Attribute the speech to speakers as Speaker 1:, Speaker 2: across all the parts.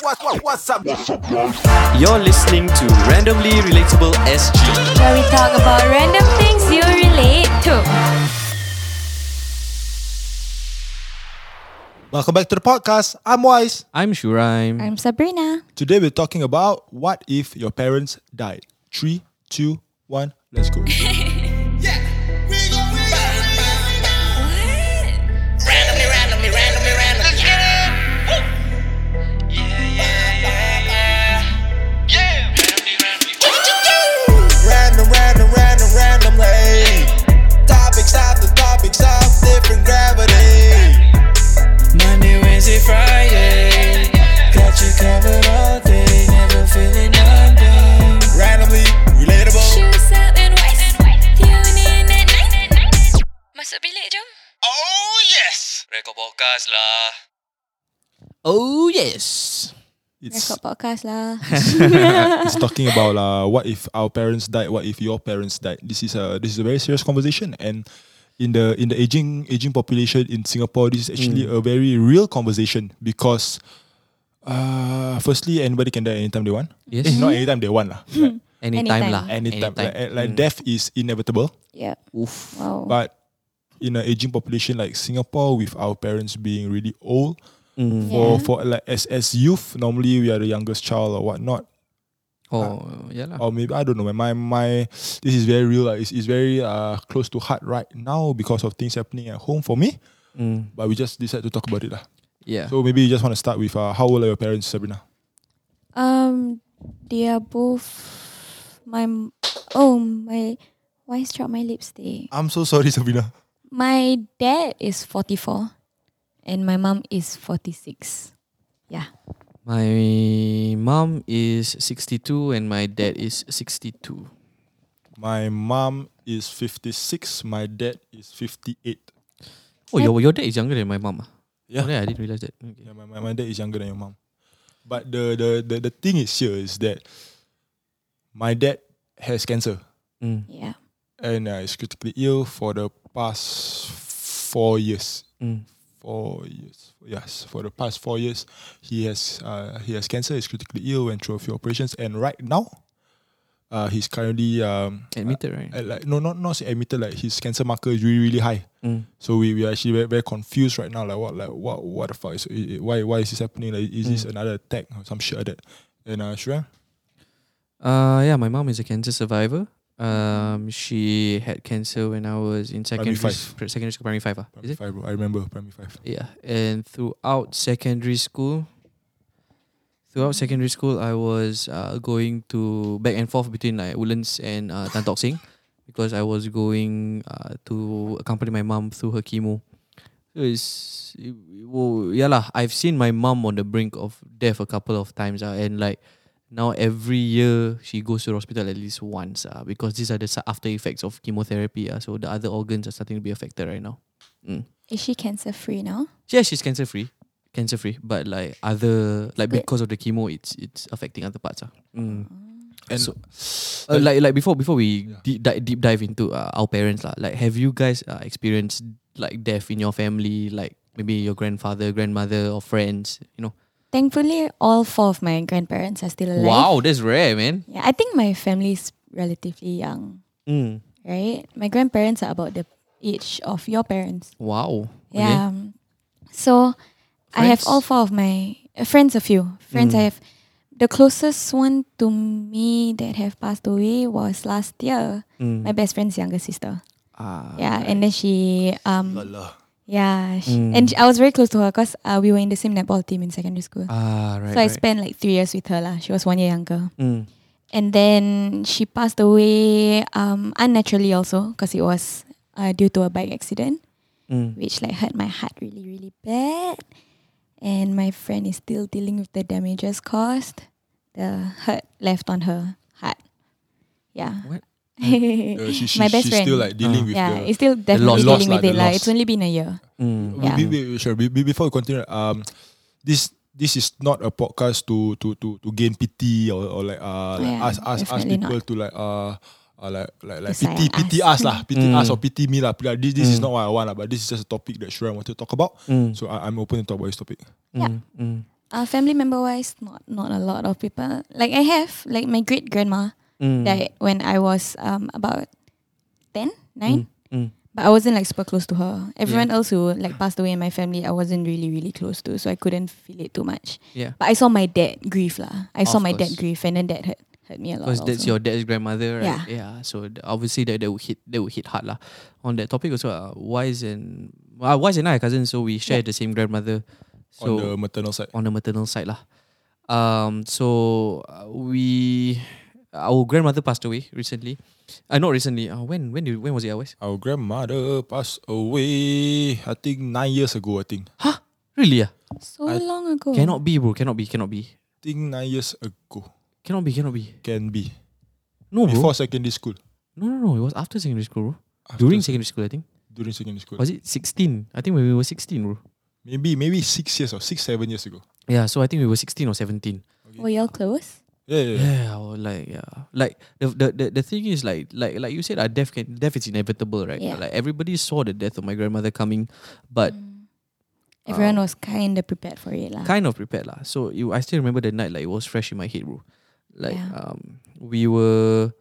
Speaker 1: what, what, what's up?
Speaker 2: You're listening to Randomly Relatable SG.
Speaker 3: where we talk about random things you relate to.
Speaker 4: Welcome back to the podcast. I'm Wise.
Speaker 2: I'm Shuraim.
Speaker 3: I'm Sabrina.
Speaker 4: Today we're talking about what if your parents died. Three, two, one, let's go.
Speaker 5: Randomly, randomly, randomly, randomly. Yeah. Woo. Yeah, yeah, yeah, yeah. Yeah. Randomly, randomly.
Speaker 6: Random, random, random, randomly. Topics after topics of different gravity. Monday, Wednesday, Friday. Got you covered all day. Never feeling under. Randomly relatable.
Speaker 3: Shoes up and white. Tune in at night. Masuk bilik jom.
Speaker 5: Oh yes. Rekod podcast lah.
Speaker 2: Oh, yes.
Speaker 4: It's,
Speaker 3: Record podcast lah.
Speaker 4: it's talking about uh, what if our parents died, what if your parents died. This is a this is a very serious conversation and in the in the aging aging population in Singapore, this is actually a very real conversation because uh, firstly anybody can die anytime they want.
Speaker 2: Yes.
Speaker 4: Eh, Not anytime they want. lah. Like,
Speaker 2: Anytime,
Speaker 3: Anytime.
Speaker 2: lah.
Speaker 4: anytime. Like,
Speaker 2: Anytime. Hmm.
Speaker 4: like death is inevitable.
Speaker 3: yeah.
Speaker 2: Oof.
Speaker 3: Wow.
Speaker 4: Oh. But in an aging population like Singapore, with our parents being really old,
Speaker 2: Mm.
Speaker 4: for
Speaker 3: Yeah.
Speaker 4: for like as as youth, normally we are the youngest child or whatnot,
Speaker 2: Oh, yeah lah.
Speaker 4: or maybe I don't know. My my this is very real. Like, it's it's very uh close to heart right now because of things happening at home for me. But we just decide to talk about it lah.
Speaker 2: Yeah.
Speaker 4: So maybe you just want to start with uh, how old are your parents, Sabrina?
Speaker 3: Um, they are both my m- oh my. Why is drop my lips today?
Speaker 4: I'm so sorry, Sabrina.
Speaker 3: My dad is forty four, and my mom is forty six. Yeah.
Speaker 2: My mom is 62 and my dad is 62.
Speaker 4: My mom is 56. My dad is 58.
Speaker 2: Oh, your, your dad is younger than my mom. ah?
Speaker 4: Yeah.
Speaker 2: Oh, yeah, I didn't realize that. Okay.
Speaker 4: Yeah, my, my, my dad is younger than your mom. But the, the, the, the thing is here is that my dad has cancer
Speaker 3: Yeah.
Speaker 4: and uh, is critically ill for the past four years.
Speaker 2: Mm.
Speaker 4: Four years, yes. For the past four years, he has uh, he has cancer. Is critically ill. Went through a few operations, and right now, uh, he's currently um,
Speaker 2: Admitted, right?
Speaker 4: at like no, not not say admitted. Like his cancer marker is really really high.
Speaker 2: Mm.
Speaker 4: So we, we are actually very, very confused right now. Like what like what what the fuck is i- i- why why is this happening? Like is
Speaker 2: Mm.
Speaker 4: this another attack or some shit like that? And uh, Shreya?
Speaker 2: Uh, yeah, my mom is a cancer survivor.
Speaker 4: Mm-hmm.
Speaker 2: Um, she had cancer when I was in secondary
Speaker 4: five.
Speaker 2: s- pri- secondary school, primary five. ah,
Speaker 4: primary
Speaker 2: Is it?
Speaker 4: five, bro. I remember primary five.
Speaker 2: Yeah, and throughout secondary school, throughout secondary school, I was uh, going to back and forth between like Woodlands and uh, Tan Tock Seng because I was going uh, to accompany my mom through her chemo. So it's it, it- well, yeah lah. I've seen my mom on the brink of death a couple of times, uh, and like now every year she goes to the hospital at least once, uh, because these are the si- after effects of chemotherapy. Uh, so the other organs are starting to be affected right now.
Speaker 3: Is she cancer free now?
Speaker 2: Yeah, she's cancer free. Cancer free. But like other like
Speaker 3: Good.
Speaker 2: because of the chemo it's it's affecting other parts. Ah, Mm.
Speaker 4: And
Speaker 2: So- Uh, like like before before we deep, di- deep dive into uh, our parents lah. Like have you guys uh, experienced like death in your family like maybe your grandfather, grandmother or friends, you know?
Speaker 3: Thankfully, all four of my grandparents are still alive.
Speaker 2: Wow, that's rare, man.
Speaker 3: Yeah, I think my family's relatively young,
Speaker 2: Mm.
Speaker 3: right? My grandparents are about the age of your parents.
Speaker 2: Wow.
Speaker 3: Yeah. um, So I have
Speaker 2: Friends?
Speaker 3: all four of my uh, friends, a few friends. I have the closest one to me that have passed away was last year.
Speaker 2: Mm.
Speaker 3: My best friend's younger sister.
Speaker 2: Ah,
Speaker 3: Mm. yeah, and then she, um,
Speaker 4: Lala.
Speaker 3: yeah, she, and she- I was very close to her because uh, we were in the same netball team in secondary school.
Speaker 2: Ah, right.
Speaker 3: so I
Speaker 2: right.
Speaker 3: spent like three years with her lah. She was one year younger.
Speaker 2: Mm.
Speaker 3: And then she passed away um, unnaturally also because it was uh, due to a bike accident,
Speaker 2: Mm.
Speaker 3: which like hurt my heart really, really bad. And my friend is still dealing with the damages caused, the hurt left on her heart. Yeah.
Speaker 2: What?
Speaker 4: Uh, she, she,
Speaker 3: my best
Speaker 4: she's
Speaker 3: friend.
Speaker 4: still like
Speaker 2: Ah.
Speaker 4: dealing with
Speaker 3: yeah,
Speaker 4: the
Speaker 3: it's still definitely
Speaker 4: loss lah,
Speaker 3: dealing with
Speaker 4: the
Speaker 3: it. Like,
Speaker 4: loss.
Speaker 3: it's only been a year.
Speaker 2: Mm.
Speaker 3: Yeah.
Speaker 4: Wait, wait, wait, sure. Be- be- Before we continue, um, this this is not a podcast to to to, to gain pity or, or like uh like
Speaker 3: Yeah,
Speaker 4: ask ask ask
Speaker 3: definitely
Speaker 4: people to like uh. Uh, like like like
Speaker 3: To
Speaker 4: pity
Speaker 3: sayang
Speaker 4: pity
Speaker 3: us.
Speaker 4: us lah pity
Speaker 2: Mm.
Speaker 4: us or pity me lah Like, this this is not what I want lah but this is just a topic that sure I want to talk about so I, I'm open to talk about this topic
Speaker 3: Yeah.
Speaker 2: Mm.
Speaker 3: Uh, family member wise, not not a lot of people. Like I have, like my great grandma
Speaker 2: Mm.
Speaker 3: died when I was um about 10, 9.
Speaker 2: Mm. Mm.
Speaker 3: But I wasn't like super close to her. Everyone else who like passed away in my family, I wasn't really really close to, so I couldn't feel it too much.
Speaker 2: Yeah.
Speaker 3: But I saw my dad grief lah. I saw
Speaker 2: Of
Speaker 3: my
Speaker 2: course.
Speaker 3: dad grief, and then that hurt hurt me a lot.
Speaker 2: Because that's
Speaker 3: also.
Speaker 2: your dad's grandmother, right?
Speaker 3: Yeah.
Speaker 2: So th- obviously that that would hit that would hit hard lah. On that topic also, uh, Wise and uh, Wise and I are cousins, so we share the same grandmother. So
Speaker 4: on the maternal side.
Speaker 2: on the maternal side lah. Um, so uh, we, our grandmother passed away recently. Uh, not recently. Uh, when when did, when was it? Always
Speaker 4: Our grandmother passed away, I think nine years ago, I think.
Speaker 2: really? Yeah.
Speaker 3: so long ago.
Speaker 2: Cannot be, bro. Cannot be. Cannot be.
Speaker 4: think nine years ago.
Speaker 2: Cannot be. Cannot be.
Speaker 4: Can be.
Speaker 2: No, Oh, bro.
Speaker 4: Before secondary school.
Speaker 2: no, no, no. It was after secondary school, bro.
Speaker 4: After
Speaker 2: During
Speaker 4: sec-
Speaker 2: secondary school, I think.
Speaker 4: during secondary school.
Speaker 2: Was it sixteen? I think when we were sixteen, bro.
Speaker 4: Maybe maybe six years or six, seven years ago.
Speaker 2: Yeah. So I think we were sixteen or seventeen.
Speaker 3: Were y'all close?
Speaker 4: Yeah, yeah, yeah.
Speaker 2: Yeah, or like yeah, like the, the the the thing is like like like you said, uh, death can death is inevitable, right?
Speaker 3: Yeah.
Speaker 2: Like everybody saw the death of my grandmother coming, but
Speaker 3: Mm. Everyone was kind of prepared for it lah.
Speaker 2: kind of prepared lah. So you, I still remember the night like it was fresh in my head, bro. Like
Speaker 3: Yeah.
Speaker 2: um, we were,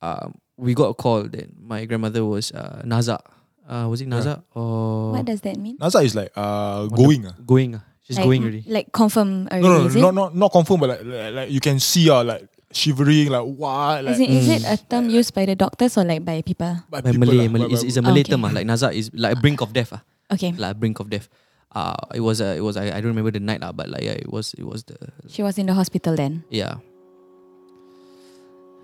Speaker 2: um, we got a call that my grandmother was uh Naza, uh, was it Naza or
Speaker 3: What does that mean?
Speaker 4: NASA is like uh
Speaker 2: Wonder-
Speaker 4: going. ah.
Speaker 2: going? ah. she's
Speaker 3: like,
Speaker 2: going already.
Speaker 3: Like confirm already?
Speaker 4: No, no,
Speaker 3: is
Speaker 4: no,
Speaker 3: it?
Speaker 4: not, not not confirmed, but like, like, like you can see uh, like shivering, like what,
Speaker 3: As
Speaker 4: like
Speaker 3: in, is it
Speaker 2: Mm.
Speaker 3: a term used by the doctors or like by people?
Speaker 4: by
Speaker 2: Like
Speaker 4: people, ah.
Speaker 2: Malay,
Speaker 4: lah,
Speaker 2: Malay
Speaker 4: by-
Speaker 2: it's, it's a
Speaker 4: by-
Speaker 2: Malay
Speaker 3: Okay.
Speaker 2: term, ah. like Naza is like brink of death, ah.
Speaker 3: Okay,
Speaker 2: like brink of death. Uh, it was uh, it was I, I don't remember the night lah, but like yeah, it was it was the
Speaker 3: she was in the hospital then.
Speaker 2: yeah.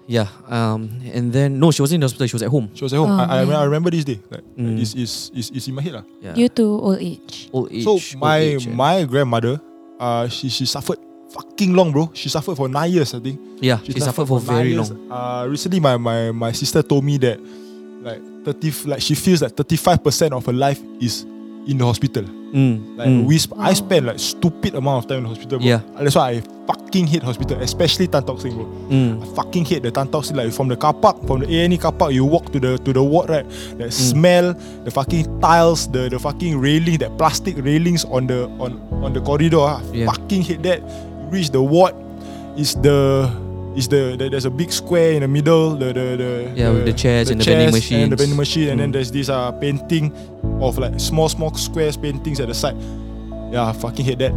Speaker 2: Yeah, um, and then no, she wasn't in the hospital. She was at home.
Speaker 4: She was at home.
Speaker 3: Oh,
Speaker 4: I, I,
Speaker 3: man.
Speaker 4: I remember this day. Like,
Speaker 2: Mm.
Speaker 4: like it's, it's, it's, it's in my head. lah.
Speaker 2: Yeah,
Speaker 3: Due to old age.
Speaker 2: old age.
Speaker 4: So
Speaker 2: old
Speaker 4: my
Speaker 2: age, yeah.
Speaker 4: my grandmother, uh, she she suffered fucking long, bro. She suffered for nine years, I think.
Speaker 2: yeah, she, suffered for
Speaker 4: nine
Speaker 2: very
Speaker 4: years.
Speaker 2: long.
Speaker 4: Uh, recently, my, my my sister told me that like thirty, like she feels like thirty five percent of her life is in the hospital.
Speaker 2: Mm,
Speaker 4: Like
Speaker 2: mm.
Speaker 4: we, sp- I
Speaker 3: Wow.
Speaker 4: spend like stupid amount of time in the hospital. Bro.
Speaker 2: Yeah.
Speaker 4: that's why I fucking hate hospital, especially Tan Tock Seng, bro.
Speaker 2: Mm.
Speaker 4: I fucking hate the Tan Tock Seng. Like from the car park, from the A&E car park, you walk to the to the ward, right? That
Speaker 2: Mm.
Speaker 4: smell, the fucking tiles, the the fucking railing, that plastic railings on the on on the corridor. ah. I
Speaker 2: Yeah.
Speaker 4: fucking hate that. You reach the ward, is the is the, the there's a big square in the middle. The the, the
Speaker 2: Yeah, with the chairs and the vending
Speaker 4: chairs and the
Speaker 2: machines.
Speaker 4: vending machine, and then
Speaker 2: Mm.
Speaker 4: there's this uh painting of like small small squares paintings at the side. Yeah, I fucking hate that.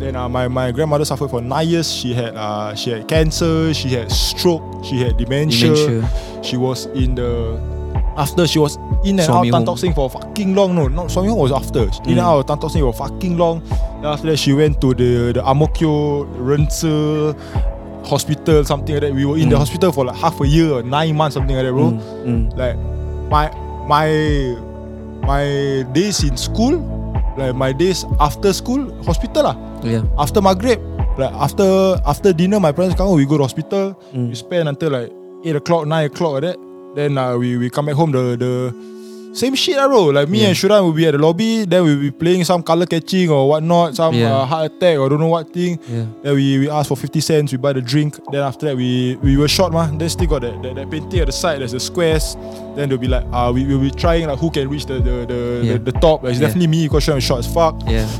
Speaker 4: Then uh, my, my grandmother suffered for nine years. She had uh, she had cancer, she had stroke, she had dementia.
Speaker 2: Dementia.
Speaker 4: She was in the after she was in and
Speaker 2: Swami
Speaker 4: out of Tan
Speaker 2: Home.
Speaker 4: Tock Seng for fucking long. No, not Swami Home was after. In and
Speaker 2: Mm.
Speaker 4: out of Tan Tock Seng for fucking long. Then after that she went to the the Amokyo Rense hospital something like that. We were in the
Speaker 2: Mm.
Speaker 4: hospital for like half a year, or nine months something like that, bro.
Speaker 2: Mm, mm.
Speaker 4: Like my my my days in school, like my days after school, hospital lah
Speaker 2: Yeah.
Speaker 4: after Maghrib, like after after dinner, my parents come home, we go to hospital.
Speaker 2: Mm.
Speaker 4: We spend until like eight o'clock, nine o'clock like that. Then uh, we we come back home the the same shit lah bro. Like me
Speaker 2: Yeah.
Speaker 4: and Shuran will be at the lobby, then we'll be playing some color catching or whatnot, some
Speaker 2: Yeah.
Speaker 4: uh, heart attack or don't know what thing.
Speaker 2: Yeah.
Speaker 4: Then we, we ask for 50 cents, we buy the drink. Then after that, we we were short, mah. Then still got that, that, that painting at the side, there's the squares. Then they'll be like, uh, we, we'll be trying like who can reach the the, the,
Speaker 2: Yeah.
Speaker 4: the, the top. Like, it's
Speaker 2: Yeah.
Speaker 4: definitely me because Shuran is short as fuck.
Speaker 2: Yeah.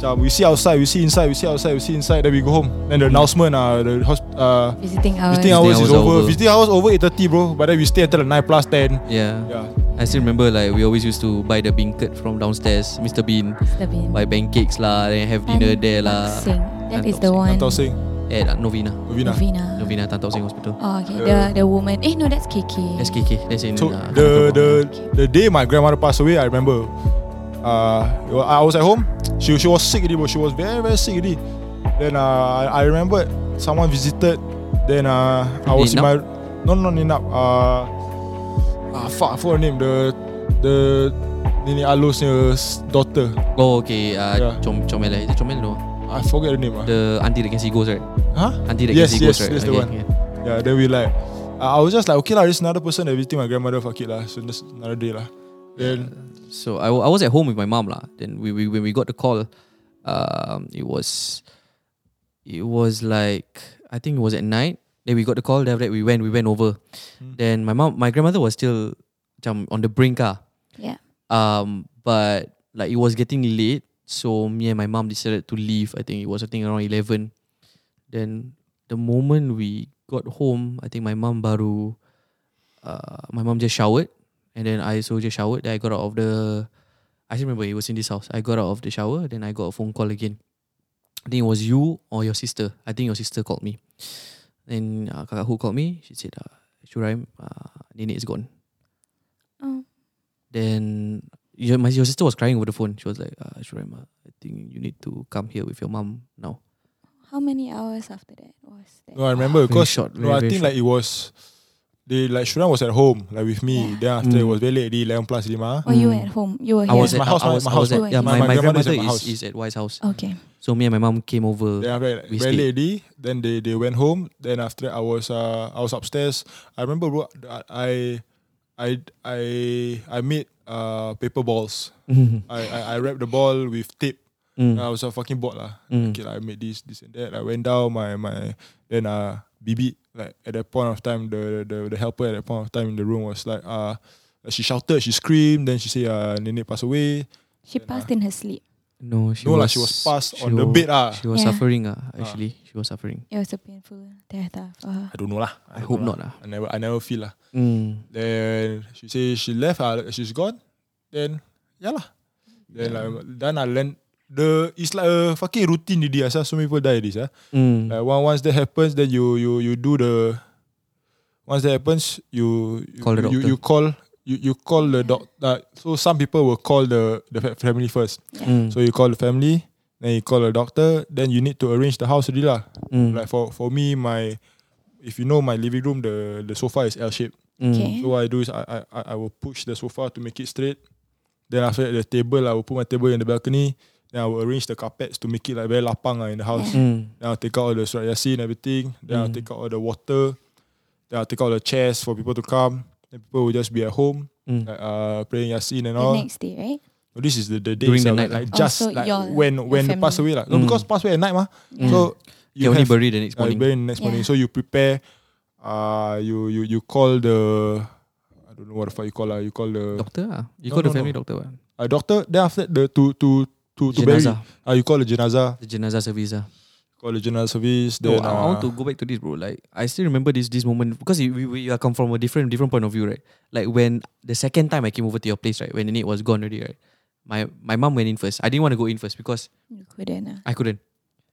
Speaker 4: Macam we see outside, we see inside, we see outside, we see inside, then we go home. Then the announcement, uh, the hosp- uh,
Speaker 3: Visiting hours.
Speaker 4: visiting hours
Speaker 2: hours
Speaker 4: is
Speaker 2: are
Speaker 4: over.
Speaker 2: over.
Speaker 4: Visiting hours over 8.30 bro, but then we stay until like 9 plus 10.
Speaker 2: Yeah.
Speaker 4: Yeah.
Speaker 2: I still remember like we always used to buy the beancurd from downstairs, Mr Bean,
Speaker 3: The bin.
Speaker 2: buy pancakes lah, then have
Speaker 3: Tan
Speaker 2: dinner there
Speaker 3: Tock
Speaker 2: lah
Speaker 3: Seng. That
Speaker 2: Tan
Speaker 3: is
Speaker 2: Tock
Speaker 3: the
Speaker 2: Seng.
Speaker 3: one.
Speaker 4: Tan Tock Seng,
Speaker 2: at uh, Novena,
Speaker 4: Novena.
Speaker 3: Novena.
Speaker 2: Novena Tan Tock Seng Hospital.
Speaker 3: Oh, okay.
Speaker 4: Uh,
Speaker 3: the the woman. Eh, no, that's KK.
Speaker 2: SKK. That's in
Speaker 4: So
Speaker 2: uh,
Speaker 4: the,
Speaker 2: Kampong.
Speaker 4: the, the day my grandmother passed away, I remember, uh, I was at home, she, she was sick already bro, she was very very sick already. Then uh, I, I remember someone visited, then uh, I was in my,
Speaker 2: Ninap?
Speaker 4: no no Ninap, uh, ah fuck, I forgot her name, the, the Nini Alos's daughter.
Speaker 2: Oh okay, uh,
Speaker 4: Yeah.
Speaker 2: Chom Chomel, is it Chomel no?
Speaker 4: I forget the name. ah.
Speaker 2: The auntie that can see ghosts, right?
Speaker 4: huh?
Speaker 2: Auntie that
Speaker 4: Yes,
Speaker 2: can see ghosts,
Speaker 4: yes, that's
Speaker 2: right?
Speaker 4: the
Speaker 2: Okay,
Speaker 4: one.
Speaker 2: yeah.
Speaker 4: Yeah, then we like, I I was just like, okay lah, this another person that visiting my grandmother, fuck it lah. So just another day lah. Then
Speaker 2: So I, wa- I was at home with my mom lah. Then we, we when we got the call, um, it was it was like I think it was at night. Then we got the call. Then after that we went we went over. Then my mom my grandmother was still macam on the brink ah.
Speaker 3: Yeah.
Speaker 2: Um, but like it was getting late. So me and my mom decided to leave. I think it was I think around eleven. Then the moment we got home, I think my mom baru, uh, my mom just showered, and then I also just showered. Then I got out of the, I still remember it was in this house. I got out of the shower. Then I got a phone call again. I think it was you or your sister. I think your sister called me. Then uh, kakak who called me, she said, uh, Shuraim, uh, nenek is gone.
Speaker 3: Oh.
Speaker 2: Then your, my, your sister was crying over the phone. She was like, uh, Shuraim, uh, I think you need to come here with your mum now.
Speaker 3: How many hours after that was that?
Speaker 4: No, I remember because
Speaker 2: short,
Speaker 4: no,
Speaker 2: very,
Speaker 4: I
Speaker 2: very
Speaker 4: think like it was. They like Shuran was at home like with me.
Speaker 3: Yeah.
Speaker 4: Then after it
Speaker 2: Mm.
Speaker 4: was very late, already, eleven plus lima.
Speaker 3: Or Oh, you were
Speaker 2: Mm.
Speaker 3: at home? You were
Speaker 2: I
Speaker 3: here.
Speaker 2: was at
Speaker 4: My house,
Speaker 2: I
Speaker 4: my-
Speaker 2: was,
Speaker 4: my
Speaker 2: I was
Speaker 3: house.
Speaker 2: at, yeah,
Speaker 3: My-
Speaker 2: my,
Speaker 4: my
Speaker 2: my,
Speaker 4: grandmother's
Speaker 2: grandmother
Speaker 4: at my house.
Speaker 2: is, is at Wise House.
Speaker 3: okay.
Speaker 2: So me and my mum came over.
Speaker 4: Then after that, like,
Speaker 2: We
Speaker 4: very
Speaker 2: stayed.
Speaker 4: late, already, then they, they went home. Then after that, I was uh I was upstairs. I remember bro, I I I I made uh paper balls.
Speaker 2: Mhm.
Speaker 4: I I, I wrapped the ball with tape.
Speaker 2: Mm.
Speaker 4: I was a fucking bored lah.
Speaker 2: Mm.
Speaker 4: Okay, lah, I made this, this and that. I went down my my then uh BB like at that point of time the the, the helper at that point of time in the room was like uh she shouted, she screamed, then she said uh Nenek passed away.
Speaker 3: She
Speaker 4: Then,
Speaker 3: passed in her sleep.
Speaker 2: No, she
Speaker 4: no
Speaker 2: was,
Speaker 4: lah, she was passed
Speaker 2: she
Speaker 4: on the
Speaker 2: wa-
Speaker 4: bed ah.
Speaker 2: She was
Speaker 3: Yeah.
Speaker 2: suffering ah. Actually, she was suffering.
Speaker 3: It was a painful death ah, for her.
Speaker 4: I don't know lah.
Speaker 2: I hope not ah.
Speaker 4: I never I never feel lah.
Speaker 2: Mm.
Speaker 4: Then she say she left, uh, she's gone. Then yeah lah. Then
Speaker 2: Yeah.
Speaker 4: like then I learned the it's like a fucking routine already. ah, So many people die this ah.
Speaker 2: Mm.
Speaker 4: Like one, once that happens, then you you you do the once that happens, you you
Speaker 2: Call the
Speaker 4: you,
Speaker 2: doctor.
Speaker 4: you call you, you call the doc. Uh, so some people will call the the fa- family first.
Speaker 2: Mm.
Speaker 4: So you call the family, then you call the doctor. Then you need to arrange the house already lah.
Speaker 2: Mm.
Speaker 4: Like for for me, my if you know my living room, the the sofa is L shaped.
Speaker 2: Mm.
Speaker 3: Okay.
Speaker 4: So what I do is I I I- I will push the sofa to make it straight. Then after that, the table, I will put my table in the balcony. Then I will arrange the carpets to make it like very lapang ah in the house.
Speaker 2: Mm.
Speaker 4: Then I'll take out all the surat yasin and everything. Then I'll
Speaker 2: Mm.
Speaker 4: take out all the water. Then I'll take out the chairs for people to come. Then people will just be at home,
Speaker 2: Mm.
Speaker 4: like, uh, praying yasin and
Speaker 3: The
Speaker 4: all.
Speaker 3: next day, right?
Speaker 4: No, this is the, the day
Speaker 2: During the
Speaker 4: itself,
Speaker 2: night
Speaker 4: like,
Speaker 2: lah.
Speaker 4: like
Speaker 3: Oh,
Speaker 4: just
Speaker 3: so
Speaker 4: like
Speaker 3: your-
Speaker 4: when
Speaker 3: your
Speaker 4: when they
Speaker 3: family.
Speaker 4: pass away lah. No,
Speaker 2: Mm.
Speaker 4: because pass away at night mah.
Speaker 2: Mm.
Speaker 4: So you
Speaker 2: You only
Speaker 4: have
Speaker 2: bury the next
Speaker 4: uh,
Speaker 2: morning.
Speaker 4: bury the next
Speaker 3: Yeah.
Speaker 4: morning. So you prepare. Uh, you you you call the I don't know what the fuck you call lah. You call the
Speaker 2: doctor ah. You
Speaker 4: No,
Speaker 2: call the
Speaker 4: no,
Speaker 2: family
Speaker 4: no.
Speaker 2: doctor. ah.
Speaker 4: uh, doctor. Then after that, the to to to to bury.
Speaker 2: Jenazah.
Speaker 4: Uh, you call the jenazah.
Speaker 2: The jenazah service ah.
Speaker 4: Call the jenazah service.
Speaker 2: No,
Speaker 4: Then
Speaker 2: I, I want
Speaker 4: uh,
Speaker 2: to go back to this, bro. Like, I still remember this this moment because it- we, we are come from a different different point of view, right? Like when the second time I came over to your place, right, when Nate was gone already, right? My my mom went in first. I didn't want to go in first because
Speaker 3: You couldn't. ah.
Speaker 2: I couldn't.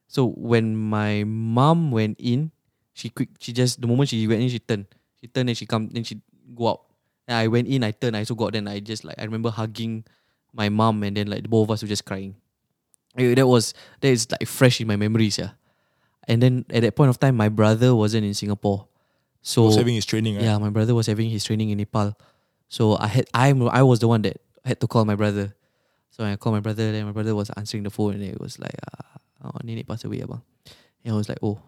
Speaker 2: So when my mom went in, she quick she just the moment she went in, she turned. She turned and she come then she go out. And I went in, I turned, I also got then I just like I remember hugging my mom and then like the both of us were just crying. Eh, That was that is like fresh in my memories, yeah. And then at that point of time my brother wasn't in Singapore. So
Speaker 4: was having his training. right?
Speaker 2: yeah, my brother was having his training in Nepal. So I had I'm I was the one that had to call my brother. So I called my brother, then my brother was answering the phone and it was like uh oh, Nenek passed away abang. And I was like, Oh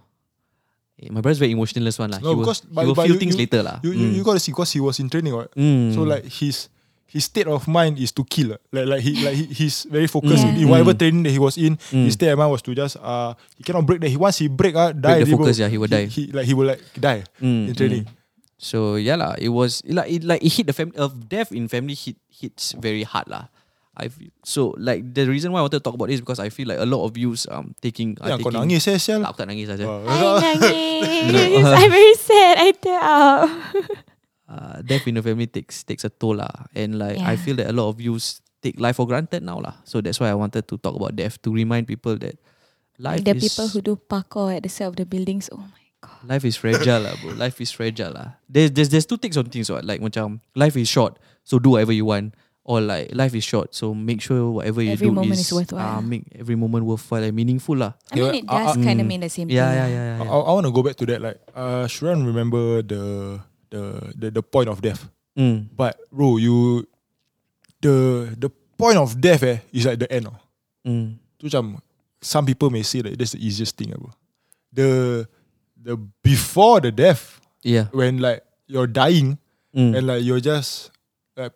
Speaker 2: Eh, my brother's very emotionless one lah.
Speaker 4: No,
Speaker 2: he will,
Speaker 4: because-
Speaker 2: he
Speaker 4: but-
Speaker 2: will
Speaker 4: but
Speaker 2: feel
Speaker 4: you-
Speaker 2: things
Speaker 4: you-
Speaker 2: later lah.
Speaker 4: You, you,
Speaker 2: Mm.
Speaker 4: you gotta see because he was in training, right?
Speaker 2: Mm.
Speaker 4: So like his his state of mind is to kill. Like like he like he, he's very focused
Speaker 3: Yeah.
Speaker 4: in, in whatever
Speaker 2: Mm.
Speaker 4: training that he was in.
Speaker 2: Mm.
Speaker 4: His state of mind was to just uh he cannot break that. He once he break uh, die.
Speaker 2: the
Speaker 4: already, bro.
Speaker 2: focus, yeah, he will die.
Speaker 4: He, like he will like die in
Speaker 2: Mm,
Speaker 4: training.
Speaker 2: So yeah lah, it was it like it like it hit the family of death in family hit hits very hard lah. I feel so like the reason why I wanted to talk about this because I feel like a lot of views um taking
Speaker 4: Yeah,
Speaker 2: are
Speaker 4: kau
Speaker 2: taking
Speaker 4: nangis eh, sial.
Speaker 2: tak aku tak nangis lah, Zah.
Speaker 4: Uh,
Speaker 3: I nangis. I'm very sad. I tear up.
Speaker 2: uh, death in the family takes takes a toll lah. And like I
Speaker 3: Yeah.
Speaker 2: feel that a lot of youths take life for granted now lah. So that's why I wanted to talk about death to remind people that life
Speaker 3: the
Speaker 2: is
Speaker 3: people who do parkour at the side of the buildings. Oh my god.
Speaker 2: life is fragile lah, bro. Life is fragile lah. There's there's there's two takes on things what like macam life is short, so do whatever you want. Or like life is short, so make sure whatever you
Speaker 3: Every
Speaker 2: do
Speaker 3: moment
Speaker 2: is,
Speaker 3: is
Speaker 2: Uh,
Speaker 3: worthwhile.
Speaker 2: make every moment worthwhile and meaningful lah.
Speaker 3: I
Speaker 4: Yeah,
Speaker 3: mean, it
Speaker 4: I-
Speaker 2: I-
Speaker 3: does kind of
Speaker 2: Mm.
Speaker 3: mean the same
Speaker 2: Yeah,
Speaker 3: thing.
Speaker 2: yeah,
Speaker 3: uh. lah.
Speaker 2: yeah,
Speaker 4: I,
Speaker 2: yeah.
Speaker 4: I want to go back to that. Like uh, Shran remember the the the the point of death.
Speaker 2: Mm.
Speaker 4: But bro, you the the point of death eh is at the end. Oh.
Speaker 2: Mm.
Speaker 4: tu macam some people may say that that's the easiest thing ever. The the before the death
Speaker 2: Yeah.
Speaker 4: when like you're dying
Speaker 2: Mm.
Speaker 4: and like you're just like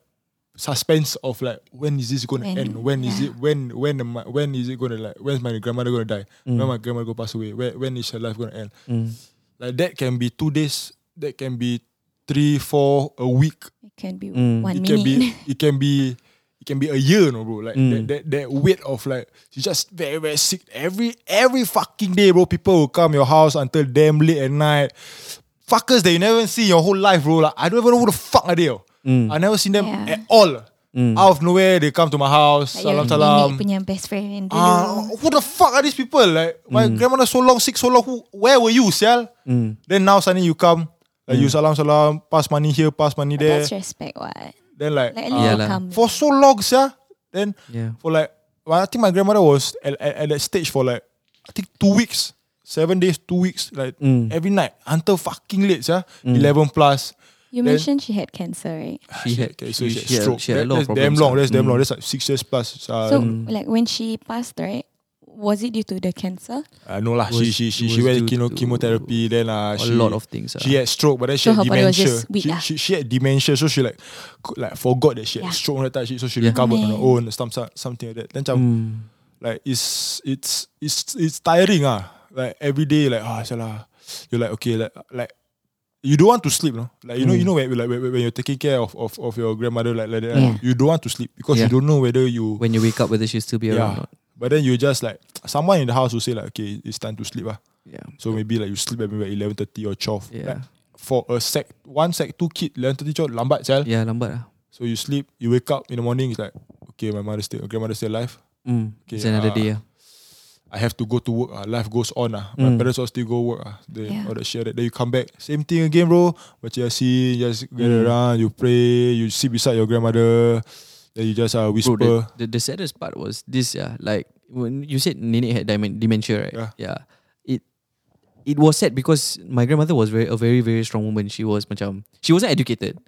Speaker 4: suspense of like when is this gonna
Speaker 3: When-
Speaker 4: end? When is
Speaker 3: yeah.
Speaker 4: it? When when am I, when is it gonna like? When's my grandmother gonna die? When my grandmother gonna pass away? When when is her life gonna end?
Speaker 2: Mm.
Speaker 4: Like that can be two days. That can be three, four, a week.
Speaker 3: It can be
Speaker 2: Mm.
Speaker 4: it
Speaker 3: one minute.
Speaker 4: can be it can be it can be a year, you know, bro. Like
Speaker 2: Mm.
Speaker 4: that, that that weight of like you just very very sick every every fucking day, bro. People will come your house until damn late at night. Fuckers that you never even see in your whole life, bro. Like I don't even know who the fuck are they. oh. I never seen them
Speaker 3: Yeah.
Speaker 4: at all.
Speaker 2: Mm.
Speaker 4: Out of nowhere, they come to my house.
Speaker 3: Like
Speaker 4: salam
Speaker 3: your
Speaker 4: salam.
Speaker 3: nenek punya best friend dulu.
Speaker 4: Ah,
Speaker 2: oh,
Speaker 4: who the fuck are these people? Like my grandmother so long, sick so long. Who, where were you, Sial? Then now suddenly you come, like you salam salam, pass money here, pass money
Speaker 3: But
Speaker 4: there.
Speaker 3: That's respect what.
Speaker 4: Then like,
Speaker 3: Like at
Speaker 4: ah,
Speaker 3: least you
Speaker 2: lah.
Speaker 3: come.
Speaker 4: for so long, Sia. Then
Speaker 2: Yeah.
Speaker 4: for like, well, I think my grandmother was at, at, at that stage for like, I think two weeks, seven days, two weeks, like
Speaker 2: Mm.
Speaker 4: every night until fucking late, Sia. Eleven plus.
Speaker 3: You
Speaker 4: Then-
Speaker 3: mentioned she had cancer, right?
Speaker 2: Ah, She had,
Speaker 4: okay, so
Speaker 2: she, she,
Speaker 4: she,
Speaker 2: had,
Speaker 4: stroke.
Speaker 2: she
Speaker 4: That-
Speaker 2: had a lot of
Speaker 4: that's damn
Speaker 2: problemn
Speaker 4: long. That's damn
Speaker 2: Mm.
Speaker 4: long. That's like six years plus. Uh,
Speaker 3: So like when she passed, right? Was it due to the cancer?
Speaker 4: Uh, no lah,
Speaker 2: It was-
Speaker 4: she she she,
Speaker 2: it
Speaker 4: she
Speaker 2: was
Speaker 4: went
Speaker 2: due
Speaker 4: chemo,
Speaker 2: to
Speaker 4: chemotherapy. Then uh,
Speaker 2: a
Speaker 4: she,
Speaker 2: lot of things, ah.
Speaker 4: She had stroke, but then she
Speaker 3: So
Speaker 4: had
Speaker 3: her body was
Speaker 4: dementia.
Speaker 3: just weak,
Speaker 4: she,
Speaker 3: ah.
Speaker 4: she, she had dementia, so she like co- like forgot that she had
Speaker 3: Yeah.
Speaker 4: stroke and that type shit, so she
Speaker 2: Yeah.
Speaker 4: recovered on her
Speaker 3: Man.
Speaker 4: own. Some some- something like that. Then macam,
Speaker 2: Mm.
Speaker 4: like it's it's it's it's tiring ah. Like every day like ah salah. You're like okay like like you don't want to sleep no. Like you know
Speaker 2: Mm.
Speaker 4: you know when like when, when you're taking care of, of, of your grandmother like like that,
Speaker 3: Yeah.
Speaker 4: you don't want to sleep because
Speaker 2: Mm. Yeah.
Speaker 4: you don't know whether you
Speaker 2: When you wake up, whether she'll still be around
Speaker 4: yeah.
Speaker 2: or not.
Speaker 4: But then you just like someone in the house will say like okay it's time to sleep ah.
Speaker 2: Yeah.
Speaker 4: So maybe like you sleep at maybe eleven thirty or twelve.
Speaker 2: Yeah.
Speaker 4: Like, for a sec one sec two kid eleven thirty twelve lambat sel.
Speaker 2: Yeah, lambat lah.
Speaker 4: So you sleep, you wake up in the morning. It's like okay, my mother still, grandmother still alive.
Speaker 2: Mm.
Speaker 4: Okay,
Speaker 2: it's another
Speaker 4: ah.
Speaker 2: day. ah.
Speaker 4: I have to go to work. ah. Life goes on. ah. My
Speaker 2: Mm.
Speaker 4: parents all still go work. ah. They,
Speaker 3: Yeah.
Speaker 4: All that shit. Then you come back. Same thing again, bro. But you see, just get
Speaker 2: Mm.
Speaker 4: around, you pray, you sit beside your grandmother. Then you just uh, whisper.
Speaker 2: Bro, the, the, the saddest part was this, yeah. Like when you said Nenek had dimen- dementia, right?
Speaker 4: Yeah.
Speaker 2: It it was sad because my grandmother was very a very very strong woman. She was macam she wasn't educated,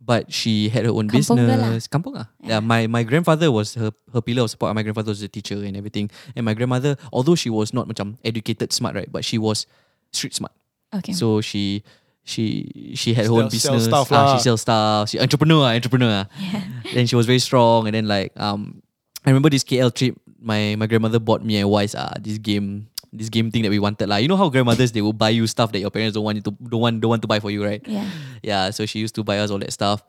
Speaker 2: but she had her own
Speaker 3: Kampung girl lah.
Speaker 2: business. Kampung ah. Yeah. My my grandfather was her her pillar of support. My grandfather was a teacher and everything. And my grandmother, although she was not macam educated smart, right? But she was street smart.
Speaker 3: Okay.
Speaker 2: So she she she had her own
Speaker 4: Sell- sell
Speaker 2: business.
Speaker 4: stuff
Speaker 2: ah,
Speaker 4: lah.
Speaker 2: she sells stuff. She entrepreneur, ah, entrepreneur. Yeah. Then she was very strong. And then like um, I remember this KL trip. My my grandmother bought me and Wise ah this game this game thing that we wanted lah. You know how grandmothers they will buy you stuff that your parents don't want you to don't want don't want to buy for you, right?
Speaker 3: yeah.
Speaker 2: Yeah, so she used to buy us all that stuff.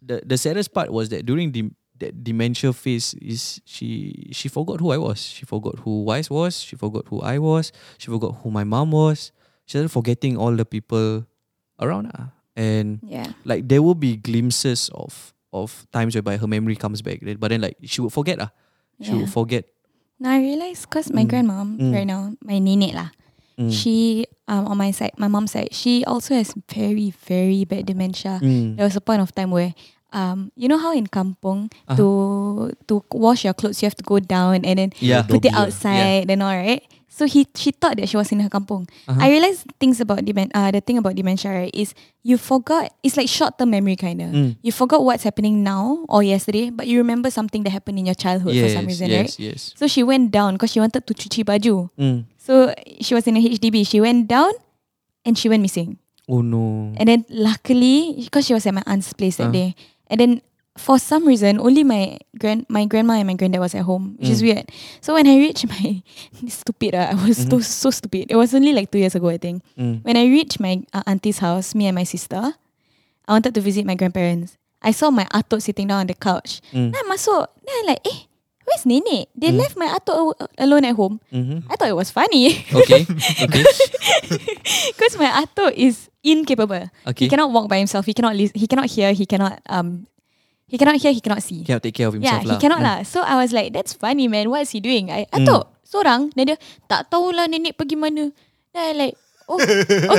Speaker 2: The the saddest part was that during the that dementia phase is she she forgot who I was. She forgot who Wise was, she forgot who I was, she forgot who my mom was. She started forgetting all the people around her. And
Speaker 3: Yeah.
Speaker 2: like there will be glimpses of of times whereby her memory comes back. But then like she would forget her. She
Speaker 3: Yeah.
Speaker 2: would forget.
Speaker 3: Now I realize because
Speaker 2: Mm.
Speaker 3: my grandmom right now, my nenek lah, she um on my side, my mom's side, she also has very very bad dementia.
Speaker 2: Mm.
Speaker 3: There was a point of time where. Um, you know how in kampung
Speaker 2: Uh-huh.
Speaker 3: to to wash your clothes you have to go down and then
Speaker 2: Yeah.
Speaker 3: put it
Speaker 4: Dobby, yeah.
Speaker 3: outside and all right. So he she thought that she was in her kampung.
Speaker 2: Uh-huh.
Speaker 3: I realized things about demen- uh, the thing about dementia right, is you forgot. It's like short term memory kind of.
Speaker 2: Mm.
Speaker 3: You forgot what's happening now or yesterday, but you remember something that happened in your childhood for
Speaker 2: Yes,
Speaker 3: some reason, right?
Speaker 2: yes, yes.
Speaker 3: So she went down because she wanted to cuci baju.
Speaker 2: Mm.
Speaker 3: So she was in a HDB. She went down and she went missing.
Speaker 2: Oh no.
Speaker 3: And then luckily, because she was at my aunt's place
Speaker 2: Uh.
Speaker 3: that day, and then for some reason, only my grand my grandma and my granddad was at home, which is weird. So when I reached my stupid, uh, I was so so stupid. It was only like two years ago, I think.
Speaker 2: Mm.
Speaker 3: When I reached my uh, auntie's house, me and my sister, I wanted to visit my grandparents. I saw my atuk sitting down on the couch.
Speaker 2: Mm.
Speaker 3: Then I masuk. Then I like, eh, where's nenek? They left my atuk al- alone at home.
Speaker 2: Mhm.
Speaker 3: I thought it was funny.
Speaker 2: Okay. okay.
Speaker 3: Because my atuk is incapable.
Speaker 2: Okay.
Speaker 3: He cannot walk by himself. He cannot lis- he cannot hear. He cannot um he cannot hear. He cannot see.
Speaker 2: Cannot take care of
Speaker 3: yeah,
Speaker 2: himself
Speaker 3: he
Speaker 2: lah. Hmm.
Speaker 3: cannot
Speaker 2: Mm.
Speaker 3: lah. So I was like, that's funny man. What is he doing? I atuk seorang. Then dia tak tahulah nenek pergi mana. Then I like, oh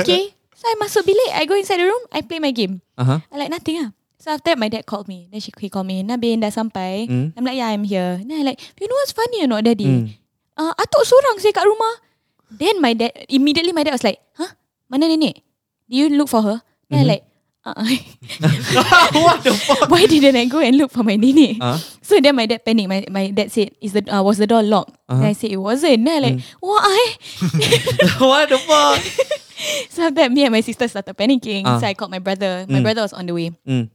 Speaker 3: okay. So I masuk bilik. I go inside the room. I play my game.
Speaker 2: Uh-huh.
Speaker 3: I like nothing ah. So after that, my dad called me. Then she he called me. Nabin dah sampai.
Speaker 2: Mm.
Speaker 3: I'm like, yeah, I'm here. Then I like, you know what's funny or not, daddy?
Speaker 2: Mm.
Speaker 3: uh, atuk seorang saya kat rumah. Then my dad, immediately my dad was like, huh? Mana nenek? Did you look for her?
Speaker 2: Mm-hmm.
Speaker 3: Then I like, uh-uh.
Speaker 2: what the fuck?
Speaker 3: Why didn't I go and look for my nenek?
Speaker 2: Uh,
Speaker 3: So then my dad panicked. My, my dad said, Is the uh, was the door locked?
Speaker 2: Uh-huh.
Speaker 3: Then I said it wasn't. Then I
Speaker 2: Mm.
Speaker 3: like, why?
Speaker 2: what the fuck?
Speaker 3: So after that, me and my sister started panicking.
Speaker 2: Ah.
Speaker 3: So I called my brother. My
Speaker 2: Mm.
Speaker 3: brother was on the way.
Speaker 2: Mm.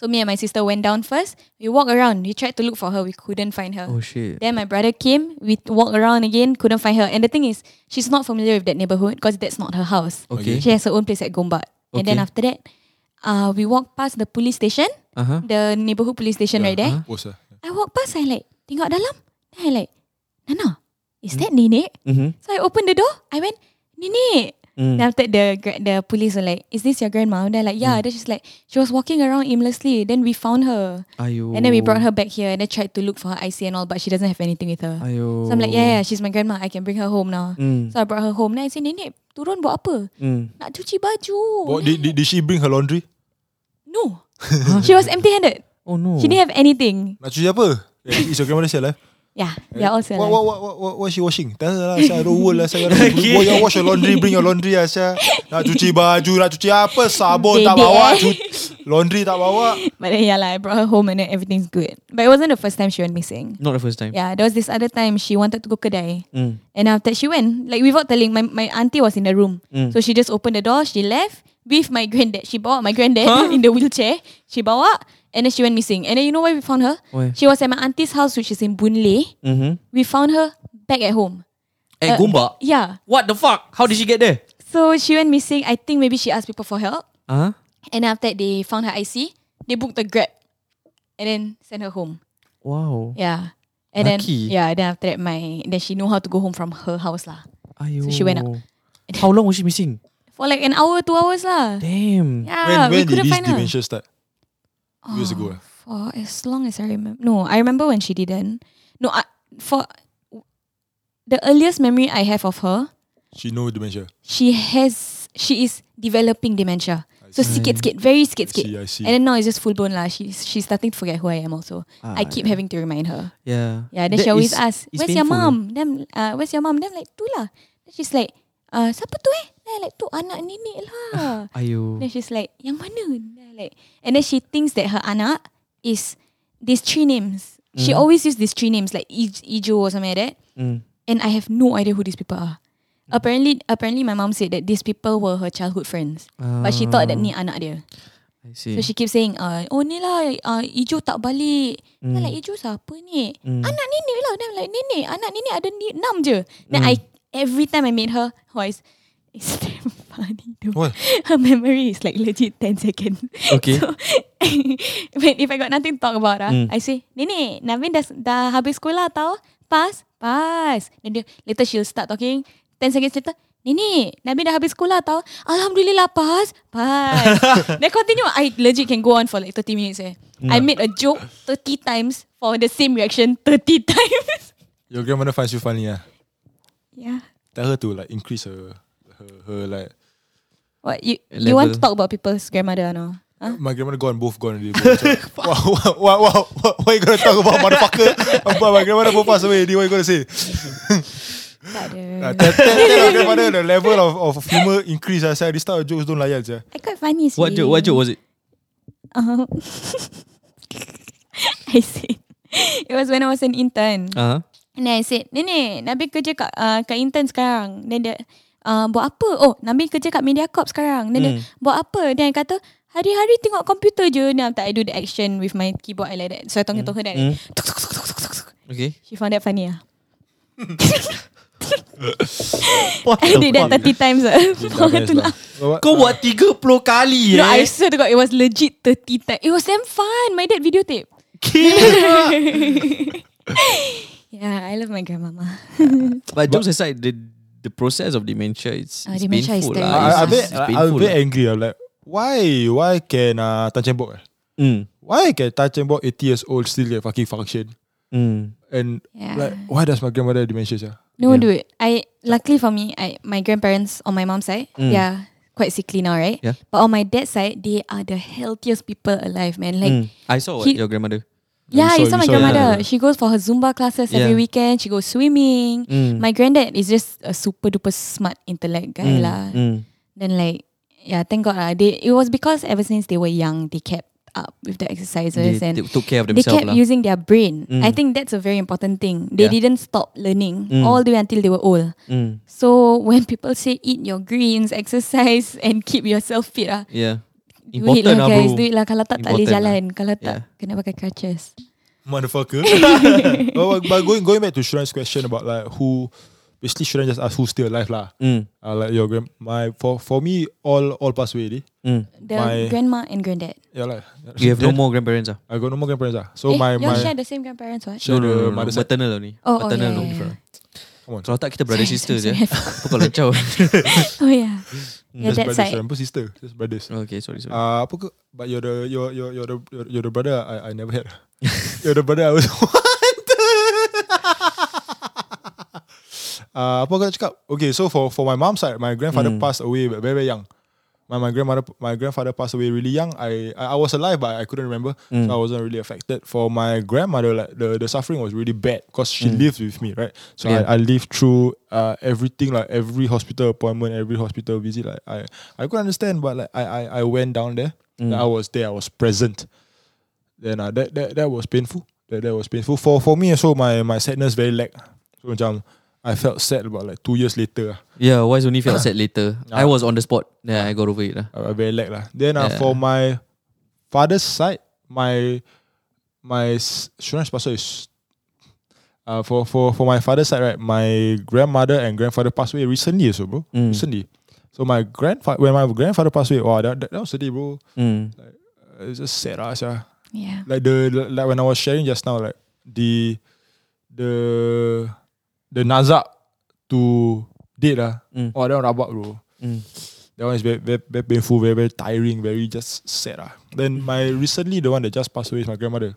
Speaker 3: So me and my sister went down first. We walked around. We tried to look for her. We couldn't find her.
Speaker 2: Oh shit.
Speaker 3: Then my brother came. We t- walked around again, couldn't find her. And the thing is, she's not familiar with that neighborhood because that's not her house.
Speaker 2: Okay.
Speaker 3: She has her own place at Gombak. And then
Speaker 2: Okay.
Speaker 3: after that, uh, we walked past the police station,
Speaker 2: Uh huh. uh-huh.
Speaker 3: the neighborhood police station right there.
Speaker 4: Post, ah.
Speaker 3: I walk past, I like tengok dalam. Then I like, Nana, is that nenek?
Speaker 2: Mm-hmm.
Speaker 3: So I opened the door. I went, nenek.
Speaker 2: Mm.
Speaker 3: Then after the gra- the police were like, is this your grandma? And they're like,
Speaker 4: Hmm.
Speaker 3: yeah. Then she's like, she was walking around aimlessly. Then we found her.
Speaker 2: Ayo.
Speaker 3: And then we
Speaker 4: Oh.
Speaker 3: brought her back here and then tried to look for her IC and all, but she doesn't have anything with her.
Speaker 2: Ayo.
Speaker 3: So I'm like, yeah, yeah, she's my grandma. I can bring her home now.
Speaker 4: Hmm.
Speaker 2: Mm.
Speaker 3: So I brought her home. Then I say, nenek, turun buat apa?
Speaker 2: Mm.
Speaker 3: Nak cuci baju.
Speaker 4: What, did, did, did she bring her laundry?
Speaker 3: No. she was empty-handed.
Speaker 2: Oh no.
Speaker 3: She didn't have anything.
Speaker 4: Nak cuci apa? Eh, Is your grandmother still alive?
Speaker 3: Yeah, they're
Speaker 4: What,
Speaker 3: all Oh, still
Speaker 4: what,
Speaker 3: alive.
Speaker 4: what, what, what, what she washing? Tell her lah, Asya. I don't work lah, Asya. Boy, you wash your laundry, bring your laundry, Asya. Nak cuci baju, nak cuci apa, sabun tak
Speaker 3: Bedek,
Speaker 4: bawa,
Speaker 3: eh.
Speaker 4: cu- laundry tak bawa.
Speaker 3: But then, yeah, lah, I brought her home and then everything's good. But it wasn't the first time she went missing.
Speaker 2: Not the first time.
Speaker 3: Yeah, there was this other time she wanted to go Kedai.
Speaker 2: Mm.
Speaker 3: And after she went, like without telling, my, my auntie was in the room.
Speaker 2: Mm.
Speaker 3: So she just opened the door, she left with my granddad. She bawa my granddad in the wheelchair. She bawa and then she went missing. And then you know where we found her?
Speaker 2: Where?
Speaker 3: She was at my auntie's house, which is in Boon Lay.
Speaker 2: Oh, Mm-hmm.
Speaker 3: We found her back at home.
Speaker 2: At
Speaker 3: Uh,
Speaker 2: Goomba.
Speaker 3: Yeah.
Speaker 2: What the fuck? How did she get there?
Speaker 3: So she went missing. I think maybe she asked people for help.
Speaker 2: Huh?
Speaker 3: And after that, they found her IC. They booked the Grab and then sent her home.
Speaker 2: Wow.
Speaker 3: Yeah. And
Speaker 2: Lucky.
Speaker 3: then yeah, then after that my then she know how to go home from her house lah.
Speaker 2: Ayo.
Speaker 3: she went out.
Speaker 2: How long was she missing?
Speaker 3: For like an hour, two hours lah.
Speaker 2: Damn.
Speaker 3: Yeah,
Speaker 4: when when
Speaker 3: Ah, we
Speaker 4: did
Speaker 3: couldn't
Speaker 4: this
Speaker 3: find her. Oh,
Speaker 4: dementia start? Years ago. eh?
Speaker 3: For as long as I remember. No, I remember when she didn't. No, I, for the earliest memory I have of her,
Speaker 4: She know dementia.
Speaker 3: she has she is developing dementia. So sikit sikit, very sikit sikit.
Speaker 4: see, I see.
Speaker 3: And then now it's just full blown lah. She's she's starting to forget who I am also.
Speaker 4: Ah,
Speaker 3: I keep having to remind her.
Speaker 2: Ah, Yeah.
Speaker 3: Yeah, then
Speaker 2: That
Speaker 3: she always
Speaker 2: is-
Speaker 3: ask,
Speaker 2: is
Speaker 3: "Where's your
Speaker 2: painful.
Speaker 3: mom?" Then uh, where's your mom? Then I'm like tu lah. Then she's like, uh, siapa tu eh? Then I like tu anak nenek lah.
Speaker 2: Ayo.
Speaker 3: Then she's like, yang mana? Then I like, and then she thinks that her anak is these three names. She
Speaker 2: Mm-hmm.
Speaker 3: always use these three names like Ij- Ijo or something like that.
Speaker 2: Mm.
Speaker 3: And I have no idea who these people are. Apparently, apparently my mom said that these people were her childhood friends.
Speaker 2: Ah.
Speaker 3: But she thought that ni anak dia.
Speaker 2: I see.
Speaker 3: So she keeps saying, uh, oh ni lah, uh, Ijo tak balik. Mm. Then like, Ijo siapa ni? Anak nenek lah. Then I'm like, nenek, anak nenek ada ni, enam je. Then I, every time I made her, voice, it's damn funny though.
Speaker 4: Why?
Speaker 3: Her memory is like legit 10 seconds.
Speaker 2: Okay.
Speaker 3: So, when if I got nothing to talk about, ah, I say, Nenek, Navin dah, dah habis sekolah tau. Pass, pass. Then dia, later she'll start talking. 10 seconds later, Nenek, Navin dah habis sekolah tau. Alhamdulillah, pass, pass. then continue. I legit can go on for like 30 minutes. Eh. I made a joke 30 times for the same reaction 30 times.
Speaker 4: Your grandmother finds you funny, yeah.
Speaker 3: yeah.
Speaker 4: Tell her to like increase her her, her like
Speaker 3: What, you, you want to
Speaker 2: Level.
Speaker 3: talk about people's grandmother, no? Huh?
Speaker 4: my grandmother gone both gone already. Both. wow, wow, wow, wow, wow, what you gonna talk about, motherfucker? About my grandmother both passed away already. What you gonna say?
Speaker 3: Tak
Speaker 4: Uh,
Speaker 3: ada.
Speaker 4: tell, tell, tell your grandmother the level of, of humor increase. I said this type of jokes don't like that.
Speaker 3: I quite funny.
Speaker 2: What joke? What joke was it?
Speaker 3: Um, I said, it was when I was an intern.
Speaker 2: Uh huh.
Speaker 3: And then I said, Nenek, Nabi kerja kat, uh, kat intern sekarang. Then dia, uh, buat apa? Oh, Nabi kerja kat Mediacorp sekarang. Then dia, buat apa? Then I kata, hari-hari tengok komputer je. Then after I do the action with my keyboard, I like that. So I talking to her, then I like, tuk, tuk, tuk, tuk, tuk, tuk, tuk.
Speaker 2: Okay.
Speaker 3: She found that funny ah. I did that 30 times ah. For her to laugh.
Speaker 2: Kau buat 30 kali eh?
Speaker 3: No, I swear to God, it was legit 30 times. It was damn fun. My dad videotape. Yeah, I love my grandmama.
Speaker 2: But jokes aside, the the process of dementia it's,
Speaker 3: Ah,
Speaker 2: it's
Speaker 3: dementia is
Speaker 2: painful.
Speaker 3: terrible.
Speaker 4: I,
Speaker 2: lah.
Speaker 4: I,
Speaker 2: It's-
Speaker 4: I,
Speaker 2: it's-
Speaker 4: bit, I,
Speaker 2: it's
Speaker 4: I was a
Speaker 2: painful eh?
Speaker 4: bit
Speaker 2: lah.
Speaker 4: angry. I'm like, why, why can uh, Tan Cheng Bock,
Speaker 2: Mm,
Speaker 4: why can Tan Cheng Bock 80 years old still get fucking function?
Speaker 2: mm,
Speaker 4: And
Speaker 3: Yeah.
Speaker 4: like, why does my grandmother have dementia? sia?
Speaker 3: No,
Speaker 2: Yeah.
Speaker 3: dude. I luckily for me, I my grandparents on my mom's side,
Speaker 2: Mm.
Speaker 3: they are quite sickly now, right?
Speaker 2: Yeah.
Speaker 3: But on my dad's side, they are the healthiest people alive, man. Like,
Speaker 2: mm. I saw what
Speaker 3: he-
Speaker 2: your grandmother.
Speaker 3: yeah,
Speaker 4: You
Speaker 3: you
Speaker 4: saw- you
Speaker 3: saw, my
Speaker 4: saw,
Speaker 3: grandmother.
Speaker 4: yeah.
Speaker 3: She goes for her Zumba classes every
Speaker 2: Yeah.
Speaker 3: weekend. She goes swimming.
Speaker 2: Mm.
Speaker 3: My granddad is just a super duper smart intellect guy,
Speaker 2: Mm,
Speaker 3: lah.
Speaker 2: mm.
Speaker 3: Then like, yeah, thank God. lah. They it was because ever since they were young, they kept up with the
Speaker 2: They,
Speaker 3: exercises and
Speaker 2: they took care of
Speaker 3: they
Speaker 2: themselves.
Speaker 3: kept
Speaker 2: lah.
Speaker 3: using their brain.
Speaker 2: Mm.
Speaker 3: I think that's a very important thing. They
Speaker 2: Yeah.
Speaker 3: didn't stop learning
Speaker 2: Mm.
Speaker 3: all the way until they were old.
Speaker 2: Mm,
Speaker 3: So when people say eat your greens, exercise, and keep yourself fit, ah,
Speaker 2: yeah.
Speaker 3: do it
Speaker 2: Important
Speaker 3: lah
Speaker 2: lah,
Speaker 3: guys,
Speaker 2: bro.
Speaker 3: do it lah. Kalau tak tak boleh
Speaker 2: Important
Speaker 3: jalan, kalau tak
Speaker 2: Yeah.
Speaker 3: kena pakai crutches.
Speaker 4: Motherfucker. but, but going, going back to Shran's question about like who basically shouldn't just ask who's still alive lah.
Speaker 2: Mm.
Speaker 4: Uh, like your grand, my for for me all all passed away. already.
Speaker 2: Mm.
Speaker 3: The
Speaker 4: My-
Speaker 3: grandma and granddad.
Speaker 4: Yeah lah.
Speaker 2: You have no more grandparents ah?
Speaker 4: I got no more grandparents lah. So
Speaker 2: Oh,
Speaker 3: eh,
Speaker 4: my
Speaker 3: you
Speaker 4: my
Speaker 3: all share the same grandparents, what?
Speaker 4: share the
Speaker 2: no, no, no, no,
Speaker 4: mother
Speaker 2: no.
Speaker 4: side.
Speaker 2: Maternal only.
Speaker 3: Oh, oh,
Speaker 2: Maternal
Speaker 3: yeah,
Speaker 2: no
Speaker 3: yeah,
Speaker 2: different.
Speaker 4: Come on.
Speaker 2: Kalau tak kita brother
Speaker 3: Sorry,
Speaker 2: sisters
Speaker 3: sorry,
Speaker 2: ya.
Speaker 3: sorry.
Speaker 2: Apa kau lancau?
Speaker 3: oh yeah. Your
Speaker 4: Just
Speaker 3: dad's
Speaker 4: brothers,
Speaker 3: side.
Speaker 4: I'm sister, just brothers.
Speaker 2: okay, sorry, sorry.
Speaker 4: Uh, apa ke? But you're the you're you're you're the you're, you're the brother I I never had. you're the brother I was wanted. uh, apa aku nak cakap? Okay, so for for my mom side, my grandfather
Speaker 2: Hmm.
Speaker 4: passed away very very young. My my grandmother my grandfather passed away really young. I I, I was alive but I couldn't remember,
Speaker 2: Hmm.
Speaker 4: so I wasn't really affected. For my grandmother, like the, the suffering was really bad because
Speaker 2: Hmm.
Speaker 4: she lived with me, right? So
Speaker 2: Yeah.
Speaker 4: I, I lived through uh, everything, like every hospital appointment, every hospital visit. Like I I could understand, but like I I, I went down there. I was there. I was present then uh, that, that that was painful. That that was painful for for me. So my my sadness very lack. So macam I felt sad about like two years later. ah.
Speaker 2: yeah, why is only felt sad later?
Speaker 4: uh,
Speaker 2: I was on the spot. Yeah, I got over it lah.
Speaker 4: I, I very lack lah. Then uh,
Speaker 2: Yeah.
Speaker 4: for my father's side, my my s- shouldn't I suppose so is uh, for for for my father's side right. My grandmother and grandfather passed away recently, so bro,
Speaker 2: Mm.
Speaker 4: recently. So my grandfather when my grandfather passed away, wow, that, that, that was sedih, bro.
Speaker 2: Mm.
Speaker 4: It's just sad, ah, sia.
Speaker 3: Yeah.
Speaker 4: like the like when I was sharing just now, like the the the nazak to date lah.
Speaker 2: Mm.
Speaker 4: Oh, that one rabak bro.
Speaker 2: Mm.
Speaker 4: That one is very, very, very painful, very very tiring, very just sad lah. Then my recently the one that just passed away is my grandmother.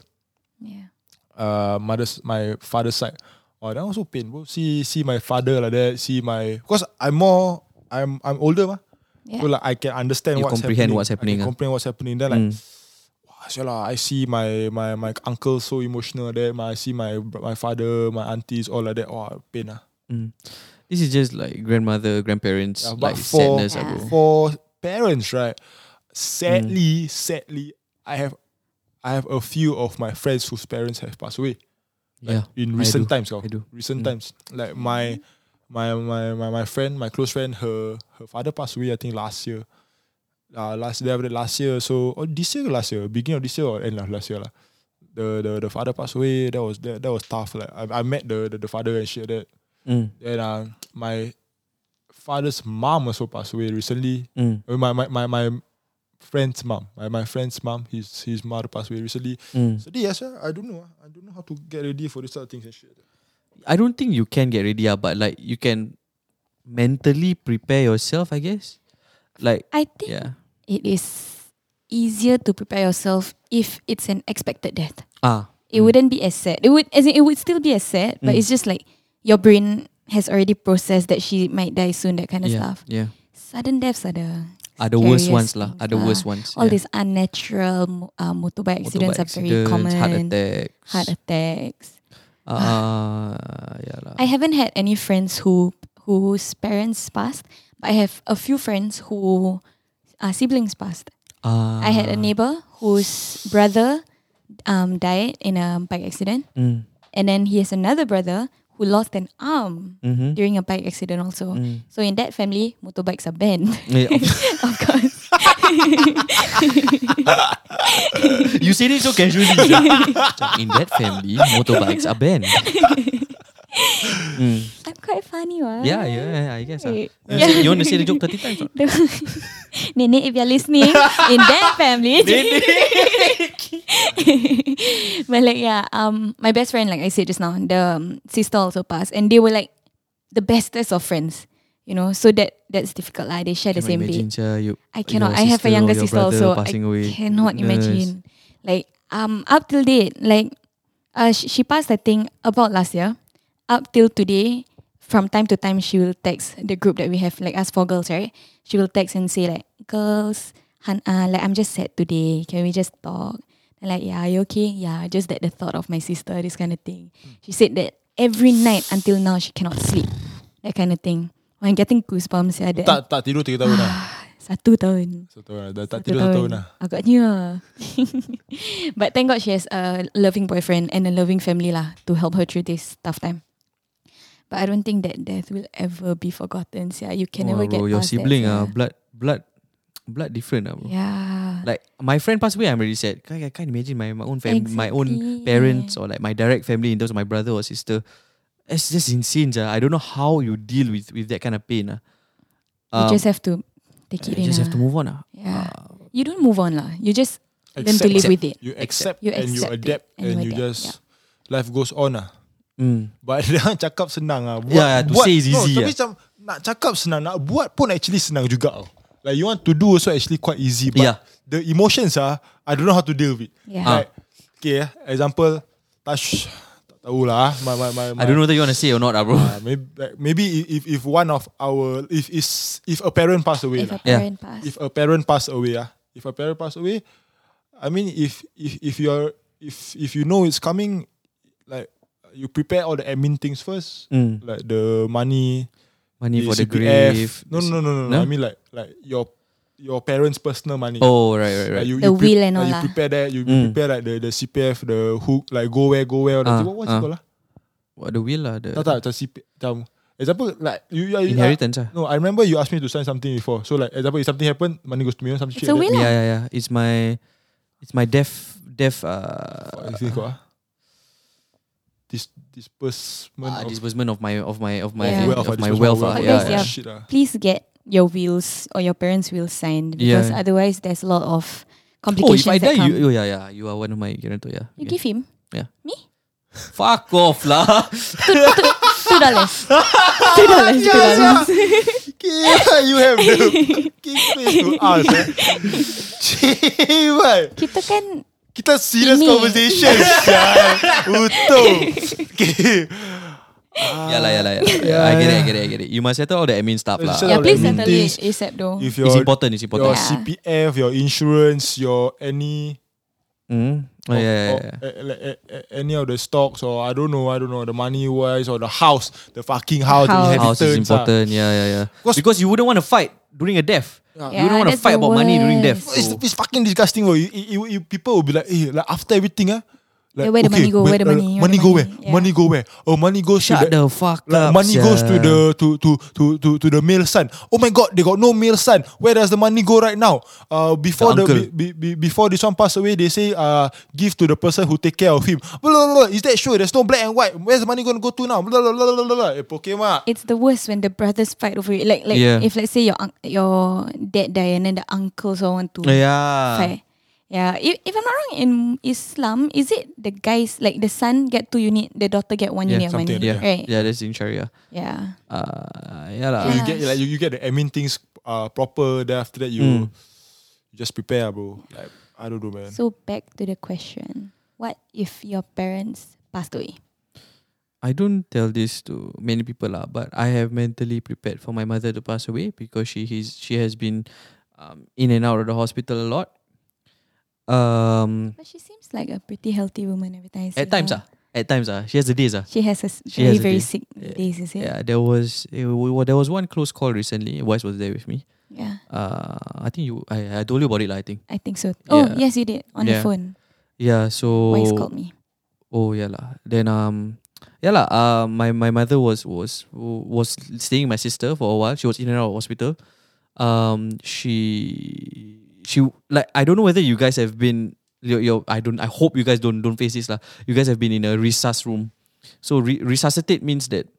Speaker 3: Yeah.
Speaker 4: Uh, mother's my father's side. Oh, that one also pain bro. See see my father like that. See my because I'm more I'm I'm older mah.
Speaker 3: Yeah.
Speaker 4: So like I can understand
Speaker 2: You
Speaker 4: what's
Speaker 2: comprehend
Speaker 4: happening.
Speaker 2: what's happening,
Speaker 4: I can
Speaker 2: ah.
Speaker 4: comprehend what's happening. Then like
Speaker 2: Mm.
Speaker 4: Asyik lah, I see my my my uncle so emotional there. My I see my my father, my aunties, all like that. Oh, pain lah.
Speaker 2: This is just like grandmother, grandparents,
Speaker 4: Yeah, but
Speaker 2: like
Speaker 4: for
Speaker 2: sadness, ah, bro.
Speaker 4: for parents, right?
Speaker 2: Mm.
Speaker 4: Sadly, sadly, I have I have a few of my friends whose parents have passed away
Speaker 2: Yeah,
Speaker 4: in
Speaker 2: I
Speaker 4: recent
Speaker 2: do.
Speaker 4: times. kau.
Speaker 2: I do.
Speaker 4: Recent
Speaker 2: Mm.
Speaker 4: times, like my my my my my friend, my close friend, her her father passed away. I think last year. Uh, last day after last year, so or this year, last year, beginning of this year or end of last year lah. The the the father passed away. That was that, that was tough. Like I, I met the, the the father and shit. That
Speaker 2: Mm.
Speaker 4: and uh, my father's mom also passed away recently.
Speaker 2: Mm.
Speaker 4: Uh, My my my, my friend's mom, my, my friend's mom, his his mother passed away recently.
Speaker 2: Mm.
Speaker 4: So yes, sir, I don't know. ah. I don't know how to get ready for this sort of things and shit.
Speaker 2: I don't think you can get ready, ah, but like you can mentally prepare yourself, I guess. Like
Speaker 3: I think
Speaker 2: yeah.
Speaker 3: it is easier to prepare yourself if it's an expected death.
Speaker 2: Ah.
Speaker 3: It wouldn't be as sad. It would as in, it would still be as sad,
Speaker 2: Mm.
Speaker 3: but it's just like your brain has already processed that she might die soon, that kind of
Speaker 2: Yeah.
Speaker 3: stuff.
Speaker 2: Yeah.
Speaker 3: Sudden deaths are the
Speaker 2: Are the worst
Speaker 3: scariest
Speaker 2: ones lah.
Speaker 3: things
Speaker 2: Are the
Speaker 3: lah.
Speaker 2: worst ones.
Speaker 3: Ah, All
Speaker 2: yeah.
Speaker 3: these unnatural mo- uh, motorbike accidents
Speaker 2: Motorbike
Speaker 3: are very common.
Speaker 2: accidents, Heart attacks.
Speaker 3: Heart attacks.
Speaker 2: Ah, yeah lah.
Speaker 3: I haven't had any friends who whose parents passed, but I have a few friends who uh, siblings passed.
Speaker 2: Ah.
Speaker 3: I had a neighbor whose brother um, died in a bike accident,
Speaker 2: Mm.
Speaker 3: and then he has another brother who lost an arm
Speaker 2: Mhm.
Speaker 3: during a bike accident also.
Speaker 2: Mm.
Speaker 3: So in that family, motorbikes are banned.
Speaker 2: Yeah,
Speaker 3: of course.
Speaker 2: you said it so casually. Macam, In that family, motorbikes are banned. Mm.
Speaker 3: I'm quite funny, what?
Speaker 2: Yeah, yeah, I guess. ah.
Speaker 3: Right.
Speaker 2: You say- You want to say the joke 30 times? ah?
Speaker 3: Nene, if you're listening, in that family, but like yeah, um, my best friend, like I said just now, the um, sister also passed, and they were like the bestest of friends, you know. So that that's difficult, lah. They share the
Speaker 2: Cannot imagine,
Speaker 3: same bed.
Speaker 2: sia, you-
Speaker 3: I cannot.
Speaker 2: your
Speaker 3: I have a
Speaker 2: sister or
Speaker 3: younger
Speaker 2: your
Speaker 3: sister
Speaker 2: brother
Speaker 3: also. I
Speaker 2: passing away.
Speaker 3: cannot
Speaker 2: Goodness.
Speaker 3: imagine. Like um, up till date, like uh, she, she passed. I think about last year. Up till today, from time to time, she will text the group that we have, like us four girls, right? She will text and say like, "Girls, Han, uh, like I'm just sad today. Can we just talk?" And like, "Yeah, you okay? Yeah, just that the thought of my sister, this kind of thing."
Speaker 2: Hmm.
Speaker 3: She said that every night until now she cannot sleep, that kind of thing. I'm getting goosebumps. Yeah, that
Speaker 4: Tak tak tidur tiga tahun lah.
Speaker 3: satu tahun.
Speaker 4: Satu tahun lah. Dah tak
Speaker 3: Satu
Speaker 4: tidur satu tahun lah.
Speaker 3: Agaknya. But thank God she has a loving boyfriend and a loving family lah to help her through this tough time. But I don't think that death will ever be forgotten. Yeah, you can
Speaker 2: Wah,
Speaker 3: never
Speaker 2: bro,
Speaker 3: get
Speaker 2: your
Speaker 3: past
Speaker 2: sibling ah
Speaker 3: that.
Speaker 2: blood blood blood different ah bro.
Speaker 3: Yeah.
Speaker 2: Like my friend passed away, I'm really sad. I, I can't imagine my, my own family, my own
Speaker 3: Exactly.
Speaker 2: parents or like my direct family in terms of my brother or sister It's just insane. Uh. I don't know how you deal with, with that kind of pain. Uh.
Speaker 3: you just have to take
Speaker 2: um,
Speaker 3: it
Speaker 2: you
Speaker 3: in.
Speaker 2: just have
Speaker 3: ah.
Speaker 2: to move on. Uh.
Speaker 3: Yeah. you don't move on lah. You just learn to live
Speaker 4: Accept.
Speaker 3: with it.
Speaker 4: You accept,
Speaker 3: You
Speaker 4: and you
Speaker 3: accept it
Speaker 4: adapt
Speaker 3: and you
Speaker 4: and you
Speaker 3: adapt,
Speaker 4: just life goes on ah.
Speaker 2: Mm.
Speaker 4: But dia orang cakap senang ah. Buat,
Speaker 2: Yeah, yeah, Ya, to
Speaker 4: buat,
Speaker 2: say is
Speaker 4: no,
Speaker 2: easy, lah.
Speaker 4: Tapi
Speaker 2: yeah.
Speaker 4: macam nak cakap senang, nak buat pun actually senang juga. tau. Like you want to do also actually quite easy. But
Speaker 2: Yeah.
Speaker 4: the emotions ah, I don't know how to deal with.
Speaker 2: Ya.
Speaker 3: Yeah.
Speaker 2: Ah.
Speaker 4: Like, okay, example, touch, tak tahulah. ah, My, my, my, my,
Speaker 2: I don't know whether you want to say or not, uh, bro.
Speaker 4: Ah, maybe, like, maybe i- if if one of our if is if a parent passed away
Speaker 3: If
Speaker 4: lah.
Speaker 3: a
Speaker 2: Yeah.
Speaker 3: parent pass,
Speaker 4: if a parent pass away ah, if a parent pass away, I mean if if if you're if if you know it's coming, like you prepare all the admin things first,
Speaker 2: Mm.
Speaker 4: like the money,
Speaker 2: Money
Speaker 4: the
Speaker 2: for the
Speaker 4: CPF.
Speaker 2: grave.
Speaker 4: No, no, no, no, no,
Speaker 2: No?
Speaker 4: I mean like like your your parents' personal money.
Speaker 2: Oh, right, right,
Speaker 4: Like
Speaker 2: right.
Speaker 4: you,
Speaker 3: The
Speaker 4: you pre-
Speaker 3: will and
Speaker 4: like
Speaker 3: all
Speaker 4: you
Speaker 3: lah.
Speaker 4: prepare that. You
Speaker 2: Mm.
Speaker 4: prepare like the the CPF, the hook, like go where, go where. all that
Speaker 2: Ah,
Speaker 4: thing. what, what's
Speaker 2: ah.
Speaker 4: it called lah?
Speaker 2: What the will lah. The
Speaker 4: Tak tak, macam CPF. Macam, example like you, you, you
Speaker 2: inheritance ah.
Speaker 4: No, I remember you asked me to sign something before. So like example, if something happened, money goes to me or something.
Speaker 3: It's
Speaker 4: shit
Speaker 3: a
Speaker 4: like
Speaker 3: will
Speaker 2: Yeah,
Speaker 3: lah.
Speaker 2: yeah, yeah. It's my, it's my deaf, deaf.
Speaker 4: that.
Speaker 2: Uh,
Speaker 4: What is it called? ah? Dis- disbursement.
Speaker 2: uh,
Speaker 4: of
Speaker 2: disbursement of my of my of my
Speaker 3: Yeah.
Speaker 4: Wealth,
Speaker 2: wealth,
Speaker 4: ah,
Speaker 2: of my
Speaker 4: disbursement
Speaker 2: wealth.
Speaker 4: of
Speaker 2: ah,
Speaker 3: wealth.
Speaker 2: yeah,
Speaker 3: Yes,
Speaker 2: yeah.
Speaker 3: yeah.
Speaker 4: Shit, ah.
Speaker 3: please get your wills or your parents' will signed because
Speaker 2: Yeah.
Speaker 3: otherwise there's a lot of
Speaker 2: Oh, if
Speaker 3: complications
Speaker 2: I die,
Speaker 3: that come.
Speaker 2: you, oh, yeah, yeah, you are one of my guarantor. Yeah,
Speaker 3: You
Speaker 2: yeah.
Speaker 3: give him
Speaker 2: Fuck off lah.
Speaker 3: two dollars. two dollars. Two dollars.
Speaker 4: Yeah, you have the fucking face to ask. Eh? Cik, man.
Speaker 3: Kita kan
Speaker 4: Kita serious
Speaker 3: Ini.
Speaker 4: conversation. sia. Utuh. Okay.
Speaker 2: yeah, lah, yeah, lah, yeah. yeah. I get it, I get it, I get it. You must settle all the admin stuff lah.
Speaker 4: Settle all
Speaker 3: yeah, please
Speaker 4: the
Speaker 3: settle
Speaker 4: meetings.
Speaker 3: it ASAP though.
Speaker 4: If
Speaker 2: It's
Speaker 4: your,
Speaker 2: important. It's
Speaker 4: your
Speaker 2: important.
Speaker 3: Yeah.
Speaker 4: CPF, your insurance, your any
Speaker 2: Mm. Oh,
Speaker 4: of-
Speaker 2: yeah, yeah,
Speaker 4: of-
Speaker 2: yeah.
Speaker 4: eh, like, eh, eh, any of the stocks or I don't know, I don't know, the money wise or the house, the fucking house,
Speaker 3: House.
Speaker 4: the
Speaker 2: House
Speaker 4: inheritance,
Speaker 2: is
Speaker 4: ah.
Speaker 2: important. Yeah, yeah, yeah.
Speaker 4: Because-
Speaker 2: Because you wouldn't want to fight during a death. you
Speaker 3: Yeah,
Speaker 2: wouldn't want to
Speaker 3: that's
Speaker 2: fight
Speaker 3: the
Speaker 2: about money during death.
Speaker 3: worst.
Speaker 4: It's,
Speaker 2: So-
Speaker 4: it's fucking disgusting. Bro. You, you, you, people will be like, hey, like after everything, ah, like,
Speaker 3: Yeah, where the money go? Where
Speaker 4: uh,
Speaker 3: the money? Where
Speaker 4: money
Speaker 3: the
Speaker 4: go where?
Speaker 3: money? Yeah.
Speaker 4: Money go where? Oh, money goes to
Speaker 2: Shut
Speaker 4: the,
Speaker 2: the fuck
Speaker 4: like,
Speaker 2: up.
Speaker 4: money
Speaker 2: sia.
Speaker 4: goes to the to to to to to the male son. Oh my god, they got no male son. Where does the money go right now? Uh, before the,
Speaker 2: The uncle.
Speaker 4: be, be, before this one passed away, they say uh give to the person who take care of him. Blah, blah, blah. Is that sure? There's no black and white. Where's the money gonna go to now? Blah, blah, blah, blah, blah, blah. Eh, Pokemon.
Speaker 3: it's the worst when the brothers fight over it. Like like
Speaker 2: Yeah.
Speaker 3: if let's say your un- your dad die and then the uncles all want to
Speaker 2: Yeah.
Speaker 3: fight. Yeah. If, if I'm not wrong, in Islam, is it the guys like the son get two unit, the daughter get one
Speaker 2: Yeah,
Speaker 3: unit of money,
Speaker 4: something
Speaker 2: Yeah,
Speaker 3: right?
Speaker 2: yeah, that's in Sharia.
Speaker 3: Yeah.
Speaker 2: Uh,
Speaker 4: So
Speaker 2: yeah, lah.
Speaker 4: you get like you, you get the admin things uh proper. Then after that you,
Speaker 2: Mm.
Speaker 4: you just prepare, bro. Like I don't know, man.
Speaker 3: So back to the question: What if your parents passed away?
Speaker 2: I don't tell this to many people lah, but I have mentally prepared for my mother to pass away because she is she has been um, in and out of the hospital a lot. Um,
Speaker 3: But she seems like a pretty healthy woman every time. I see
Speaker 2: at times
Speaker 3: her.
Speaker 2: ah, at times ah, she has the days ah.
Speaker 3: She has a s-
Speaker 2: She
Speaker 3: very
Speaker 2: has a
Speaker 3: very
Speaker 2: day.
Speaker 3: sick
Speaker 2: Yeah.
Speaker 3: days, is it?
Speaker 2: Yeah, there was eh, we- we- there was one close call recently. Wise was there with me.
Speaker 3: Yeah,
Speaker 2: Uh, I think you I, I told you about it lah. I think
Speaker 3: I think so. Oh
Speaker 2: Yeah.
Speaker 3: yes, you did on
Speaker 2: Yeah.
Speaker 3: the phone.
Speaker 2: yeah. So
Speaker 3: Wise called me.
Speaker 2: Oh yeah lah. Then um yeah lah. Uh, my my mother was was was staying with my sister for a while. She was in and out of hospital. Um, she she like I don't know whether you guys have been your your I don't I hope you guys don't don't face this lah. You guys have been in a resus room. So re- resuscitate means that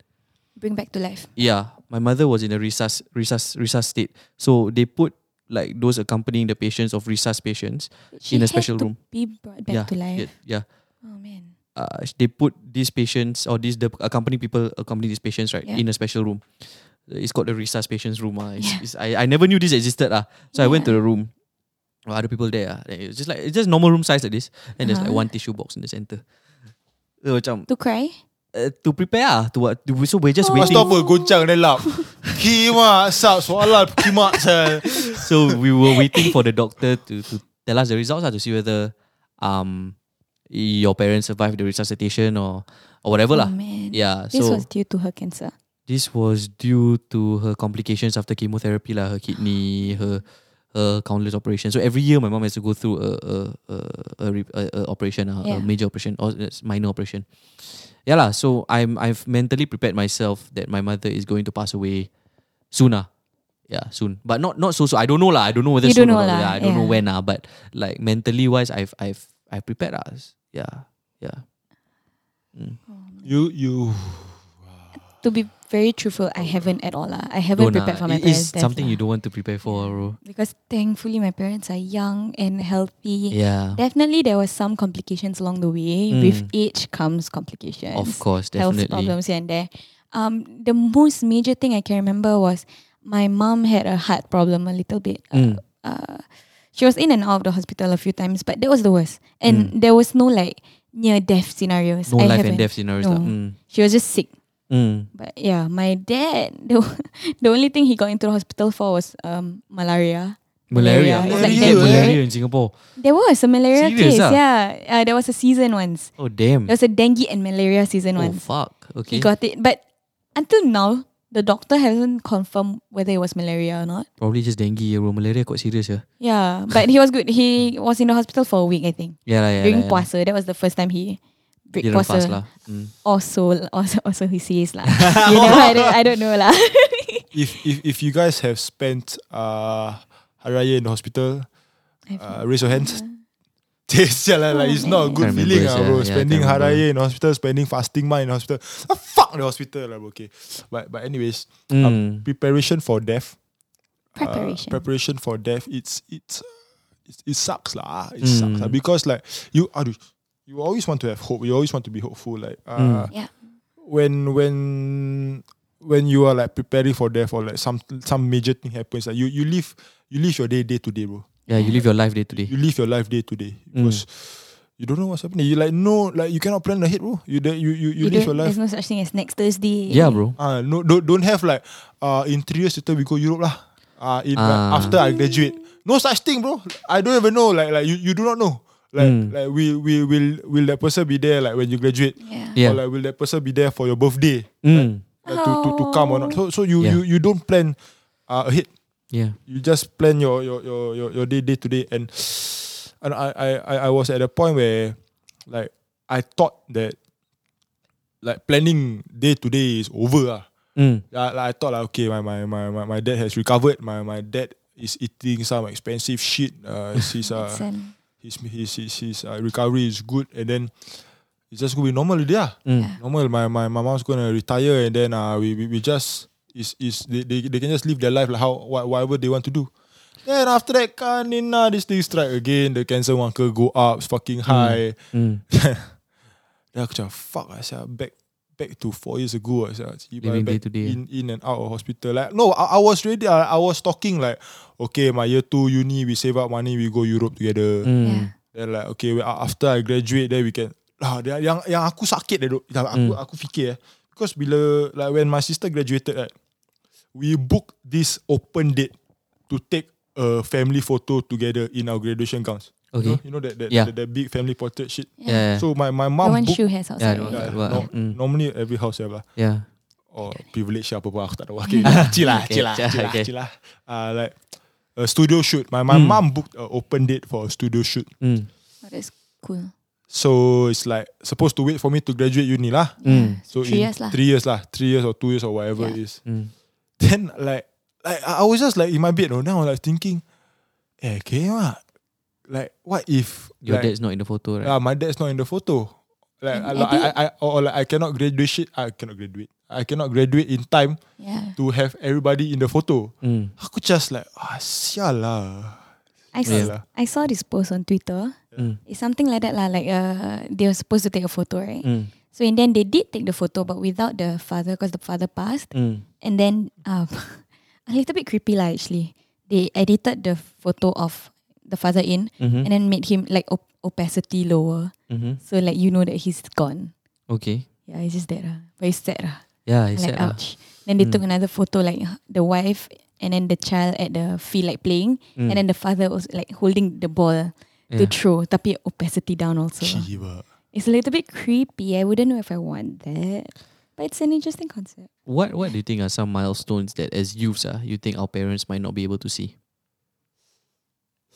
Speaker 3: Bring back to life.
Speaker 2: yeah, my mother was in a resus resus resus state. So they put like those accompanying the patients of resus patients in
Speaker 3: She
Speaker 2: a
Speaker 3: had
Speaker 2: special
Speaker 3: to
Speaker 2: room.
Speaker 3: Be brought back
Speaker 2: yeah,
Speaker 3: to life.
Speaker 2: yeah, yeah.
Speaker 3: Oh man.
Speaker 2: uh, they put these patients or these the accompany people accompany these patients right
Speaker 3: Yeah.
Speaker 2: in a special room. It's called the resus patients room. ah. It's,
Speaker 3: Yeah.
Speaker 2: it's- I, I never knew this existed ah. So I went to the room. Oh, other people there ah. Then It's just like it's just normal room size like this, and there's like
Speaker 3: Uh-huh.
Speaker 2: one tissue box in the center. So macam
Speaker 3: To cry?
Speaker 2: uh, to prepare ah to what to, so we're just
Speaker 3: Oh.
Speaker 4: Lepas
Speaker 2: waiting.
Speaker 4: tu apa Goncang dia lap Kimak Sap soalan Kimak sel
Speaker 2: so we were waiting for the doctor to, to tell us the results ah, to see whether um your parents survived the resuscitation or or whatever lah.
Speaker 3: Oh man.
Speaker 2: Yeah.
Speaker 3: This
Speaker 2: so
Speaker 3: was due to her cancer.
Speaker 2: this was due to her complications after chemotherapy, lah, her kidney, her her countless operations. So every year, my mom has to go through a a a, a, re- a, a operation, a, a
Speaker 3: Yeah.
Speaker 2: major operation or it's minor operation. Yeah, lah. So I'm I've mentally prepared myself that my mother is going to pass away sooner. Yeah, soon, but not not so soon. I don't know lah. I don't know whether
Speaker 3: You
Speaker 2: soon
Speaker 3: don't
Speaker 2: or
Speaker 3: know
Speaker 2: not.
Speaker 3: lah,
Speaker 2: Yeah, I don't know
Speaker 3: yeah.
Speaker 2: when lah. But like mentally wise, I've I've I've prepared us. Yeah, yeah.
Speaker 4: You you
Speaker 3: to be very truthful, I haven't at all. lah. I haven't
Speaker 2: Don't,
Speaker 3: prepared
Speaker 2: ah.
Speaker 3: for my
Speaker 2: It
Speaker 3: parents.
Speaker 2: is something you don't want to prepare for, bro.
Speaker 3: Because thankfully, my parents are young and healthy.
Speaker 2: Yeah.
Speaker 3: Definitely, there were some complications along the way. With age comes complications.
Speaker 2: Mm. Of course,
Speaker 3: Health
Speaker 2: definitely.
Speaker 3: problems here and there. Um, the most major thing I can remember was my mom had a heart problem a little bit.
Speaker 2: Mm.
Speaker 3: Uh, she was in and out of the hospital a few times, but that was the worst. And there was no like near death
Speaker 2: Mm.
Speaker 3: scenarios.
Speaker 2: No
Speaker 3: I
Speaker 2: life
Speaker 3: haven't.
Speaker 2: and death scenarios. lah.
Speaker 3: No.
Speaker 2: Mm.
Speaker 3: She was just sick.
Speaker 2: Mm.
Speaker 3: But yeah, my dad, the, the only thing he got into the hospital for was um, malaria.
Speaker 2: Malaria.
Speaker 4: It's
Speaker 2: Why do you
Speaker 3: Malaria.
Speaker 4: like
Speaker 2: get
Speaker 4: that,
Speaker 2: malaria in Singapore?
Speaker 3: There was a malaria
Speaker 2: Serious
Speaker 3: case.
Speaker 2: ah?
Speaker 3: Yeah, uh, there was a season once.
Speaker 2: Oh damn.
Speaker 3: There was a dengue and malaria season
Speaker 2: Oh
Speaker 3: once.
Speaker 2: fuck. Okay.
Speaker 3: He got it, but until now, the doctor hasn't confirmed whether it was malaria or not.
Speaker 2: Probably just dengue. Yeah, bro. Malaria quite serious. Yeah.
Speaker 3: Yeah, but he was good. He was in the hospital for a week, I think,
Speaker 2: Yeah, lah, yeah.
Speaker 3: during
Speaker 2: lah, yeah.
Speaker 3: puasa. That was the first time he break
Speaker 2: Didn't fast
Speaker 3: puasa.
Speaker 2: lah. Mm.
Speaker 3: Also, also, also he says lah. you know, I don't, I don't know lah.
Speaker 4: If if if you guys have spent uh Hari Raya in the hospital, uh, raise your hands. Yeah, like, like, it's not a good
Speaker 2: Can't remember,
Speaker 4: feeling, ah,
Speaker 2: sia.
Speaker 4: bro.
Speaker 2: Yeah,
Speaker 4: spending
Speaker 2: can't
Speaker 4: Hari
Speaker 2: remember.
Speaker 4: Raya in hospital, spending fasting month in hospital. Ah, fuck the hospital, lah, bro. Okay, but but anyways, uh,
Speaker 2: Mm.
Speaker 4: preparation for death. uh,
Speaker 3: Preparation.
Speaker 4: preparation for death. It's it's it, it sucks lah. It
Speaker 2: Mm.
Speaker 4: sucks lah. because like you are you always want to have hope. You always want to be hopeful. Like uh,
Speaker 2: Mm.
Speaker 3: Yeah.
Speaker 4: when when when you are like preparing for death or like some some major thing happens, like you you live you live your day day to day, bro.
Speaker 2: Yeah, you live your life day to day.
Speaker 4: You live your life day to day
Speaker 2: Mm.
Speaker 4: because you don't know what's happening. You like no like you cannot plan ahead, bro. You the- you you, you, live your
Speaker 3: don't-
Speaker 4: life.
Speaker 3: There's no such thing as next Thursday.
Speaker 2: Yeah, bro.
Speaker 4: Ah, no, don't, don't have like uh in three years later we go Europe lah. Uh, in, like,
Speaker 2: Ah.
Speaker 4: after I graduate, no such thing, bro. I don't even know. Like like you, you do not know. Like
Speaker 2: Mm.
Speaker 4: like we we will will that person be there like when you graduate? Or
Speaker 3: Yeah.
Speaker 2: Yeah.
Speaker 4: like will that person be there for your birthday
Speaker 2: Mm.
Speaker 4: like, to, to to come or not? So so you
Speaker 2: Yeah.
Speaker 4: you you don't plan uh, ahead.
Speaker 2: Yeah.
Speaker 4: You just plan your your your your, your day day to day and and I, I I I was at a point where like I thought that like planning day to day is over ah.
Speaker 2: Mm.
Speaker 4: I, like, I thought like okay my my, my, my my dad has recovered my my dad is eating some expensive shit uh his uh
Speaker 3: Medicine.
Speaker 4: his his his, his uh, recovery is good and then it's just gonna be normal ah. yeah
Speaker 2: Mm.
Speaker 4: normal my my my mom's gonna retire and then uh we we, we just is is they, they they can just live their life like how wha- whatever they want to do then after that kanina this thing strike again the cancer marker go up it's fucking high
Speaker 2: Mm.
Speaker 4: Then aku macam fuck lah sia Back back to four years ago lah sia Cibai,
Speaker 2: Living
Speaker 4: back
Speaker 2: day to day,
Speaker 4: In, in and out of hospital Like no I, I was ready I, I was talking like Okay my year two uni We save up money We go Europe together
Speaker 2: Mm.
Speaker 3: Yeah.
Speaker 4: Then like okay we, After I graduate Then we can ah, dia- yang, yang aku sakit dah duk yang aku,
Speaker 2: Hmm.
Speaker 4: aku fikir eh Because bila Like when my sister graduated right, We booked this open date To take a family photo together In our graduation gowns
Speaker 2: Okay.
Speaker 4: You know, you know that, that,
Speaker 2: Yeah.
Speaker 4: that, that big family portrait shit
Speaker 2: Yeah.
Speaker 4: So my, my
Speaker 3: The
Speaker 4: mom
Speaker 3: one
Speaker 4: booked
Speaker 3: shoe has
Speaker 2: Yeah,
Speaker 3: outside.
Speaker 2: the one-
Speaker 4: Yeah,
Speaker 2: Well,
Speaker 4: no,
Speaker 2: mm.
Speaker 4: Normally every house have lah
Speaker 2: Yeah.
Speaker 4: Or privilege apa pun Aku tak tahu okay, Chill lah
Speaker 2: Okay,
Speaker 4: Chill lah
Speaker 2: chill,
Speaker 4: Chill lah
Speaker 2: okay. Hmm.
Speaker 4: chill lah. Uh, Like A studio shoot My my mum booked an open date For a studio shoot
Speaker 2: Mm.
Speaker 3: Oh, that's cool.
Speaker 4: So it's like Supposed to wait for me To graduate uni lah
Speaker 2: Mm.
Speaker 4: So
Speaker 3: Three
Speaker 4: in
Speaker 3: years lah.
Speaker 4: Three years lah Three years or two years Or whatever it
Speaker 3: Yeah.
Speaker 4: is
Speaker 2: Mm.
Speaker 4: Then like like I I was just like In my bed you know, Then I was like thinking Eh okay lah Like what if
Speaker 2: Your
Speaker 4: like,
Speaker 2: dad's not in the photo, right?
Speaker 4: Ah, my dad's not in the photo. Like, I,
Speaker 3: And
Speaker 4: like,
Speaker 3: I
Speaker 4: I, I, or like I cannot graduate. I cannot graduate. I cannot graduate in time
Speaker 3: Yeah.
Speaker 4: to have everybody in the photo.
Speaker 2: Mm.
Speaker 4: Aku just like ah sial lah.
Speaker 3: I, s-
Speaker 4: Yeah.
Speaker 3: I saw this post on Twitter.
Speaker 2: Mm.
Speaker 3: It's something like that lah. Like uh, they were supposed to take a photo, right?
Speaker 2: Mm.
Speaker 3: So in the end, they did take the photo, but without the father, because the father passed.
Speaker 2: Mm.
Speaker 3: And then um, a little bit creepy lah. Actually, they edited the photo of the father in,
Speaker 2: Mhm.
Speaker 3: and then made him like op- opacity lower,
Speaker 2: Mhm.
Speaker 3: so like you know that he's gone.
Speaker 2: Okay.
Speaker 3: Yeah, it's just that lah. Very sad lah.
Speaker 2: Yeah, uh, it's sad
Speaker 3: like uh,
Speaker 2: lah. Mm.
Speaker 3: ouch. Then they took another photo like the wife and then the child at the field like playing and then the father was like holding the ball to
Speaker 2: Mm. Yeah.
Speaker 3: throw tapi opacity down also.
Speaker 4: Shiba.
Speaker 3: It's a little bit creepy. I wouldn't know if I want that. But it's an interesting concept.
Speaker 2: What What do you think are some milestones that as youths ah you think our parents might not be able to see?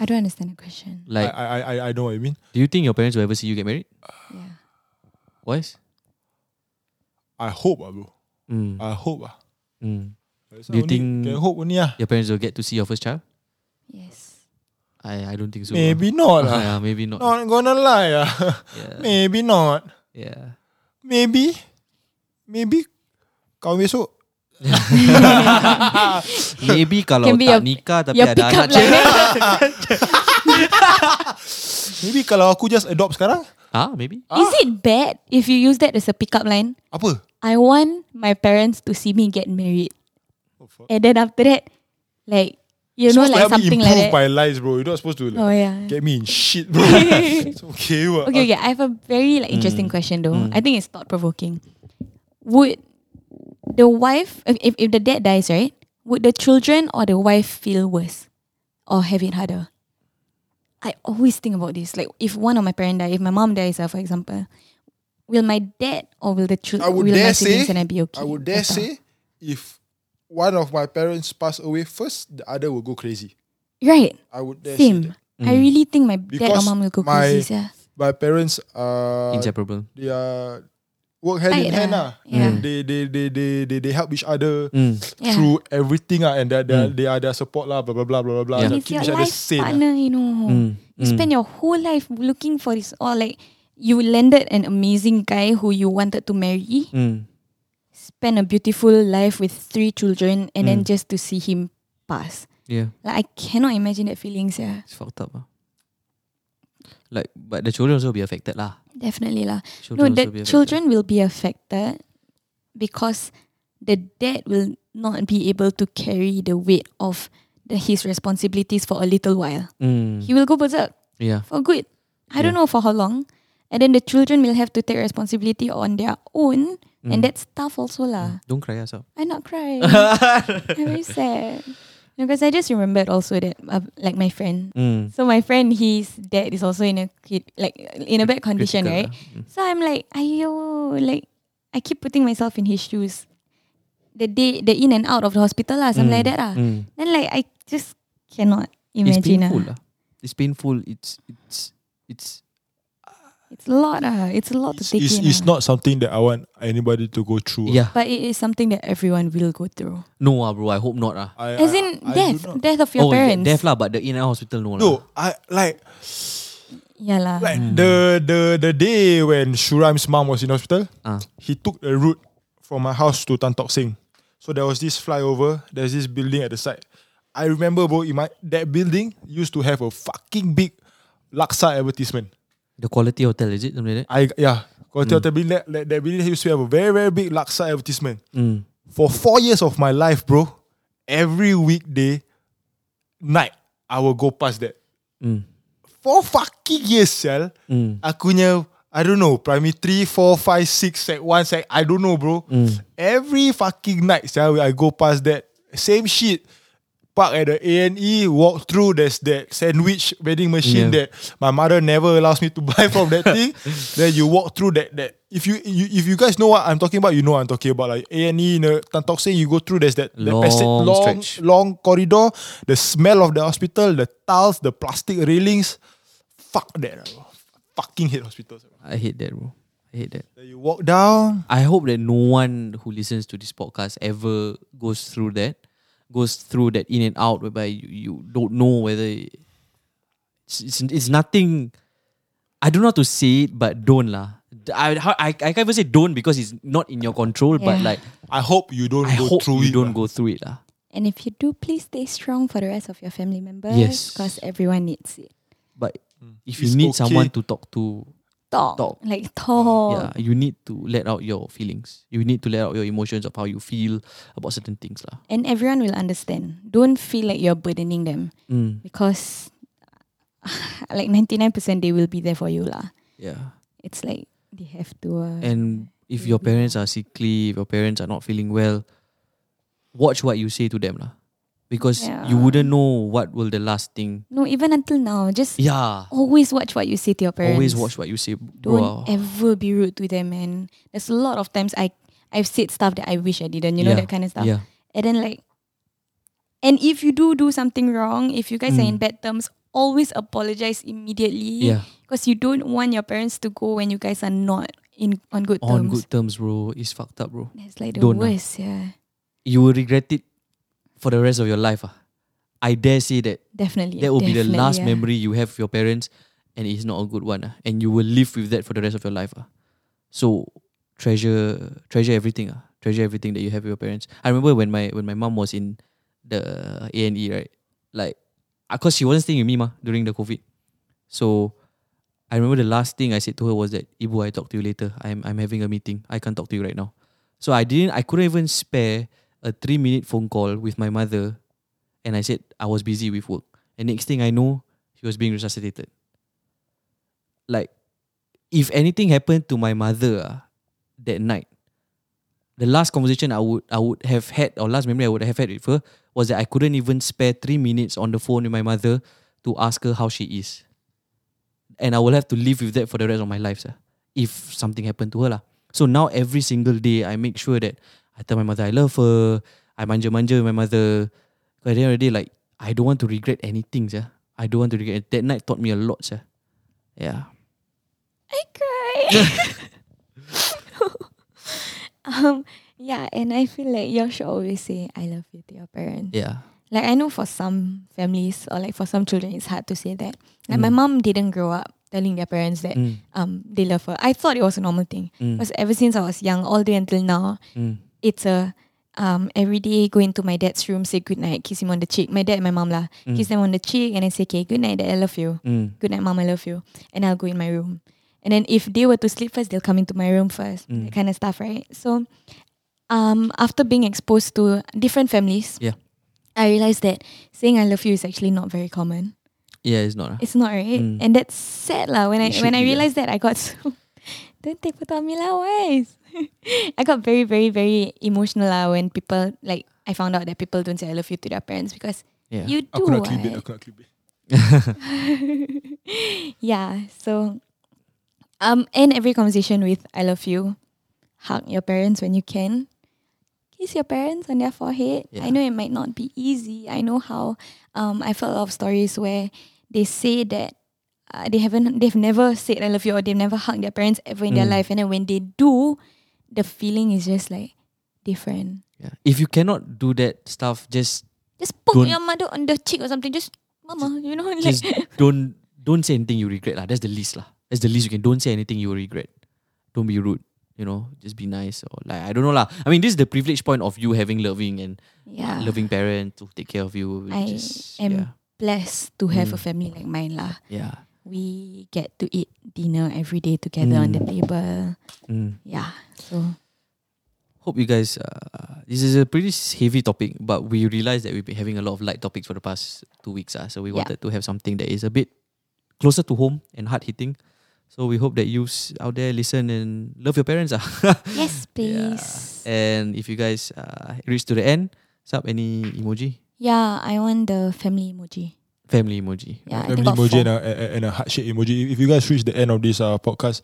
Speaker 3: I don't understand the question.
Speaker 2: Like,
Speaker 4: I, I I I know what you mean.
Speaker 2: do you think your parents will ever see you get married?
Speaker 3: Yeah.
Speaker 2: Wise?
Speaker 4: I hope ah bro.
Speaker 2: Mm.
Speaker 4: I hope ah.
Speaker 2: Mm.
Speaker 4: That's
Speaker 2: Do you
Speaker 4: only-
Speaker 2: think-
Speaker 4: can hope only ah?
Speaker 2: Your parents will get to see your first child?
Speaker 3: Yes.
Speaker 2: I I don't think so. ah.
Speaker 4: Maybe not
Speaker 2: Ah,
Speaker 4: lah.
Speaker 2: yeah, maybe not.
Speaker 4: Not gonna lie ah.
Speaker 2: Yeah.
Speaker 4: Maybe not.
Speaker 2: Yeah.
Speaker 4: Maybe. Maybe. kahwin besok.
Speaker 2: Maybe kalau
Speaker 3: Can be
Speaker 2: tak
Speaker 3: your-
Speaker 2: nikah tapi
Speaker 3: Your
Speaker 2: ada anak
Speaker 3: pickup
Speaker 2: je.
Speaker 3: line eh?
Speaker 4: Maybe kalau aku just adopt sekarang,
Speaker 2: Ah, maybe.
Speaker 3: Is it bad if you use that as a pickup line?
Speaker 4: apa?
Speaker 3: I want my parents to see me get married.
Speaker 4: Oh, fuck.
Speaker 3: and then after that, like, you know,
Speaker 4: supposed to
Speaker 3: like
Speaker 4: help me
Speaker 3: something
Speaker 4: improve
Speaker 3: like that.
Speaker 4: my lives, bro. You're not supposed to like,
Speaker 3: oh, yeah.
Speaker 4: get me in shit, bro. it's okay, bro.
Speaker 3: Okay, okay. I have a very like interesting
Speaker 2: Mm.
Speaker 3: question though. I think it's thought provoking. Would the wife, if, if if the dad dies, right? Would the children or the wife feel worse or have it harder? I always think about this. Like, if one of my parents die, if my mom dies, uh, for example, will my dad or will the
Speaker 1: I
Speaker 3: children?
Speaker 1: would
Speaker 3: will
Speaker 1: dare
Speaker 3: my siblings
Speaker 1: say,
Speaker 3: and I be
Speaker 1: I
Speaker 3: okay?
Speaker 1: would dare
Speaker 3: That's all.
Speaker 1: say, if one of my parents pass away first, the other will go crazy.
Speaker 3: Right.
Speaker 1: I would dare say
Speaker 3: Same.
Speaker 1: that.
Speaker 3: I
Speaker 2: Mm.
Speaker 3: really think my dad
Speaker 1: Because
Speaker 3: or mom will go
Speaker 1: my-
Speaker 3: crazy. sia.
Speaker 1: My parents are
Speaker 4: Uh,
Speaker 2: Inseparable.
Speaker 1: they are work hand in
Speaker 3: Tight
Speaker 1: hand
Speaker 3: lah.
Speaker 1: lah.
Speaker 3: Yeah.
Speaker 1: They, they they they they they help each other
Speaker 2: Mm.
Speaker 3: Yeah.
Speaker 1: through everything ah, and they are, they, are,
Speaker 2: Mm.
Speaker 1: they are their support lah. Blah blah blah blah blah.
Speaker 2: Yeah.
Speaker 1: blah.
Speaker 3: He's
Speaker 1: Keep
Speaker 3: your
Speaker 1: each other
Speaker 3: life
Speaker 4: sane, ah.
Speaker 3: partner, you know.
Speaker 2: Mm.
Speaker 3: You spend your whole life looking for this or like you landed an amazing guy who you wanted to marry,
Speaker 2: Mm.
Speaker 3: spend a beautiful life with three children, and then
Speaker 2: Mm.
Speaker 3: just to see him pass.
Speaker 2: Yeah,
Speaker 3: Like I cannot imagine that feelings, yeah.
Speaker 2: it's fucked up. ah. Like, but the children also be affected lah.
Speaker 3: Definitely lah.
Speaker 2: Children
Speaker 3: no,
Speaker 2: also
Speaker 3: the
Speaker 2: be affected.
Speaker 3: children will be affected because the dad will not be able to carry the weight of the, his responsibilities for a little while.
Speaker 2: Mm.
Speaker 3: He will go berserk.
Speaker 2: Yeah.
Speaker 3: for good. I don't
Speaker 2: Yeah.
Speaker 3: know for how long. And then the children will have to take responsibility on their own.
Speaker 2: Mm.
Speaker 3: And that's tough also lah.
Speaker 2: Don't cry yourself.
Speaker 3: I not cry. I'm very sad. No, because I just remembered also that uh, like my friend.
Speaker 2: Mm.
Speaker 3: So my friend, his dad is also in a cri- like in a bad condition,
Speaker 2: Critical,
Speaker 3: right?
Speaker 2: ah. Mm.
Speaker 3: So I'm like, ayo, like I keep putting myself in his shoes. The day the in and out of the hospital lah, something like that ah. lah.
Speaker 2: Mm.
Speaker 3: Then like I just cannot
Speaker 2: It's
Speaker 3: imagine. ah.
Speaker 2: painful lah. It's painful. It's it's it's
Speaker 3: It's a lot. ah. It's a lot
Speaker 4: It's,
Speaker 3: to take
Speaker 4: it's,
Speaker 3: in.
Speaker 4: it's
Speaker 3: ah.
Speaker 4: not something that I want anybody to go through. ah.
Speaker 2: yeah.
Speaker 3: But it is something that everyone will go through.
Speaker 2: No ah, bro. I hope not ah.
Speaker 4: I,
Speaker 3: As
Speaker 4: I-
Speaker 3: in
Speaker 4: I do
Speaker 3: death,
Speaker 4: not-
Speaker 3: death of
Speaker 2: oh,
Speaker 3: your parents.
Speaker 2: deaf lah. But the in and out hospital no,
Speaker 4: No, I like
Speaker 3: Yeah lah.
Speaker 4: like
Speaker 2: Mm.
Speaker 4: the the the day when Shuram's mom was in hospital,
Speaker 2: Ah.
Speaker 4: he took a route from my house to Tan Tock Seng. So there was this flyover, there's this building at the side. I remember bro, in my that building used to have a fucking big laksa advertisement.
Speaker 2: The quality hotel is it something like that?
Speaker 4: I yeah. Hotel hotel building, that, that, that building used to have a very, very big laksa advertisement.
Speaker 2: Mm.
Speaker 4: For four years of my life, bro, every weekday night, I will go past that.
Speaker 2: Mm.
Speaker 4: For fucking years, sel.
Speaker 2: Mm.
Speaker 4: Aku punya I don't know Primary 3, 4, 5, 6 Sec 1, sec I don't know bro
Speaker 2: Mm.
Speaker 4: Every fucking night sia, I go past that Same shit Park at the A&E Walk through There's that sandwich vending machine
Speaker 2: Yeah.
Speaker 4: That my mother never allows me to buy From that thing Then you walk through that that if you, you if you guys know what I'm talking about, you know what I'm talking about. Like A and E in the Tan Tock Seng, you go through there's that, that
Speaker 2: Long
Speaker 4: passage, long
Speaker 2: stretch.
Speaker 4: long corridor, the smell of the hospital, the tiles, the plastic railings. Fuck that, bro. Fucking hate hospitals. bro.
Speaker 2: I hate that, bro. I hate that.
Speaker 4: Then you walk down.
Speaker 2: I hope that no one who listens to this podcast ever goes through that, goes through that in and out whereby you, you don't know whether it's, it's, it's nothing. I don't know how to say it, but don't lah. I, how- I I can't even say don't because it's not in your control. But
Speaker 3: Yeah.
Speaker 2: like,
Speaker 4: I hope you don't
Speaker 2: I
Speaker 4: go
Speaker 2: hope
Speaker 4: through
Speaker 2: you
Speaker 4: it.
Speaker 2: don't
Speaker 4: bro.
Speaker 2: go through it lah.
Speaker 3: and if you do, please stay strong for the rest of your family members.
Speaker 2: Yes.
Speaker 3: Because everyone needs it.
Speaker 2: But if
Speaker 4: Mm.
Speaker 2: you
Speaker 4: It's
Speaker 2: need
Speaker 4: okay.
Speaker 2: someone to talk to,
Speaker 3: Talk.
Speaker 2: Talk.
Speaker 3: Like talk.
Speaker 2: yeah, you need to let out your feelings. You need to let out your emotions of how you feel about certain things lah.
Speaker 3: And everyone will understand. Don't feel like you're burdening them
Speaker 2: Mm,
Speaker 3: because like 99% they will be there for you lah.
Speaker 2: yeah.
Speaker 3: It's like they have to. Uh,
Speaker 2: And if your
Speaker 3: Maybe.
Speaker 2: parents are sickly, if your parents are not feeling well, watch what you say to them lah. Because you
Speaker 3: Yeah.
Speaker 2: wouldn't know what will the last thing.
Speaker 3: no, even until now, just
Speaker 2: Yeah.
Speaker 3: always watch what you say to your parents.
Speaker 2: Always watch what you say,
Speaker 3: don't
Speaker 2: bro.
Speaker 3: ever be rude to them and there's a lot of times i i've said stuff that i wish i didn't you know
Speaker 2: Yeah,
Speaker 3: that kind of stuff
Speaker 2: Yeah.
Speaker 3: and then like and if you do do something wrong if you guys are in bad terms always apologize immediately
Speaker 2: Mm. Yeah.
Speaker 3: because you don't want your parents to go when you guys are not in on good
Speaker 2: On
Speaker 3: terms
Speaker 2: good terms, bro. It's fucked up, bro.
Speaker 3: that's like the
Speaker 2: Don't know.
Speaker 3: worst yeah
Speaker 2: You will regret it for the rest of your life. Ah. I dare say that
Speaker 3: definitely
Speaker 2: that will be the
Speaker 3: definitely,
Speaker 2: last
Speaker 3: yeah.
Speaker 2: memory you have with your parents and it's not a good one ah. and you will live with that for the rest of your life ah. so treasure treasure everything ah. treasure everything that you have with your parents. I remember when my when my mom was in the A and E, right? Like, because she wasn't staying with me ma during the COVID, so I remember the last thing I said to her was that Ibu, I talk to you later. I'm I'm having a meeting. I can't talk to you right now. So I didn't. I couldn't even spare a three minute phone call with my mother, and I said I was busy with work. And next thing I know, she was being resuscitated. Like, if anything happened to my mother ah, that night, the last conversation I would I would have had or last memory I would have had with her was that I couldn't even spare three minutes on the phone with my mother to ask her how she is. And I will have to live with that for the rest of my life, sir, if something happened to her. lah. So now every single day I make sure that I tell my mother I love her, I manja manja with my mother. 'Cause At the end of the day, like I don't want to regret anything, sir. I don't want to regret that night taught me a lot, sir. Yeah.
Speaker 3: I cry. um, yeah, and I feel like you all should always say I love you to your parents.
Speaker 2: Yeah.
Speaker 3: Like I know for some families or like for some children it's hard to say that. Like my mom didn't grow up telling their parents that
Speaker 2: Mm.
Speaker 3: um they love her. I thought it was a normal thing.
Speaker 2: Mm.
Speaker 3: Because ever since I was young, all the way until now,
Speaker 2: Mm.
Speaker 3: it's a um every day go into my dad's room, say goodnight, kiss him on the cheek. My dad and my mom lah. Kiss them on the cheek and I say, Okay, good night, dad, I love you.
Speaker 2: Mm.
Speaker 3: Good night, mom, I love you. And I'll go in my room. And then if they were to sleep first, they'll come into my room first.
Speaker 2: Mm.
Speaker 3: That kind of stuff, right? So um after being exposed to different families,
Speaker 2: Yeah.
Speaker 3: I realized that saying I love you is actually not very common.
Speaker 2: Yeah, it's not. ah.
Speaker 3: It's not right.
Speaker 2: Mm.
Speaker 3: And that's sad lah. When I
Speaker 2: It should
Speaker 3: when
Speaker 2: be,
Speaker 3: I
Speaker 2: yeah.
Speaker 3: realized that I got so don't take photo of me lah, wise. I got very, very, very emotional lah when people like I found out that people don't say I love you to their parents because
Speaker 2: yeah.
Speaker 3: you
Speaker 4: Aku
Speaker 3: do.
Speaker 4: nak clip it,
Speaker 3: what?
Speaker 4: aku nak clip it.
Speaker 3: yeah. So um end every conversation with I love you. Hug your parents when you can. Kiss your parents on their forehead. I
Speaker 2: Yeah.
Speaker 3: know it might not be easy. I know how um I've heard a lot of stories where they say that uh, they haven't they've never said I love you or they've never hugged their parents ever in their
Speaker 2: Mm.
Speaker 3: life. And then when they do, the feeling is just like different.
Speaker 2: yeah. If you cannot do that stuff, just
Speaker 3: Just poke
Speaker 2: Don't-
Speaker 3: your mother on the cheek or something. Just mama, you know, like
Speaker 2: just don't don't say anything you regret lah. That's the least lah. That's the least you can. Don't say anything you regret. Don't be rude. You know, just be nice or like I don't know lah. I mean, this is the privilege point of you having loving and
Speaker 3: yeah.
Speaker 2: loving parents to take care of you.
Speaker 3: Ah. I
Speaker 2: Just,
Speaker 3: am
Speaker 2: yeah,
Speaker 3: blessed to have a
Speaker 2: Mm.
Speaker 3: family like mine lah.
Speaker 2: yeah.
Speaker 3: We get to eat dinner every day together on the
Speaker 2: Mm.
Speaker 3: table.
Speaker 2: Mm.
Speaker 3: Yeah. So
Speaker 2: Hope you guys. Uh, this is a pretty s- heavy topic, but we realized that we've been having a lot of light topics for the past two weeks. Uh, so we
Speaker 3: Yeah.
Speaker 2: wanted to have something that is a bit closer to home and hard hitting. So we hope that you s- out there listen and love your parents. Uh.
Speaker 3: yes, please. Yeah.
Speaker 2: And if you guys uh, reach to the end, sub any emoji,
Speaker 3: I want the family emoji.
Speaker 2: family emoji.
Speaker 3: Yeah, I
Speaker 4: Family
Speaker 3: think got
Speaker 4: emoji
Speaker 3: four.
Speaker 4: and a, a- and a heart shape emoji. If- If you guys reach the end of this uh, podcast,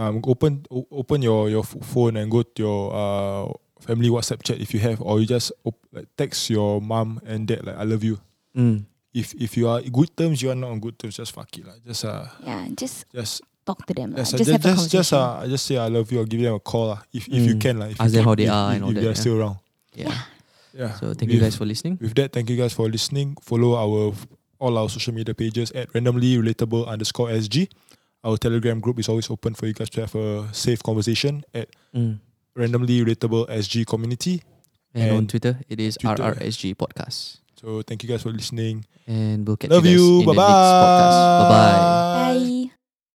Speaker 4: um, open o- open your your f- phone and go to your uh, family WhatsApp chat if you have, or you just op- like, text your mom and dad like I love you.
Speaker 2: Mm.
Speaker 4: If if you are in good terms, you are not on good terms. Just fuck it, lah. Just uh,
Speaker 3: Yeah, just
Speaker 4: just
Speaker 3: talk to them. lah.
Speaker 4: Just,
Speaker 3: Just,
Speaker 4: just,
Speaker 3: have a
Speaker 4: just,
Speaker 3: conversation.
Speaker 4: just, uh, just say I love you or give them a call lah, if, if you
Speaker 2: Mm.
Speaker 4: can. lah. if you
Speaker 2: Ask
Speaker 4: can,
Speaker 2: them how they
Speaker 4: if,
Speaker 2: are
Speaker 4: if,
Speaker 2: and all
Speaker 4: if
Speaker 2: that,
Speaker 4: they're
Speaker 2: yeah.
Speaker 4: still around.
Speaker 2: Yeah.
Speaker 4: Yeah.
Speaker 2: So thank you
Speaker 4: With-
Speaker 2: guys for listening.
Speaker 4: With that, thank you guys for listening. Follow our all our social media pages at randomly relatable underscore SG. Our Telegram group is always open for you guys to have a safe conversation at
Speaker 2: Mm.
Speaker 4: randomly relatable SG community.
Speaker 2: And, on
Speaker 4: And
Speaker 2: Twitter, it is
Speaker 4: Twitter.
Speaker 2: RRSG Podcast.
Speaker 4: So thank you guys for listening.
Speaker 2: And we'll catch
Speaker 4: Love
Speaker 2: you guys
Speaker 4: you.
Speaker 2: in
Speaker 4: Bye
Speaker 2: the next podcast. Bye bye.
Speaker 4: bye.
Speaker 3: Bye.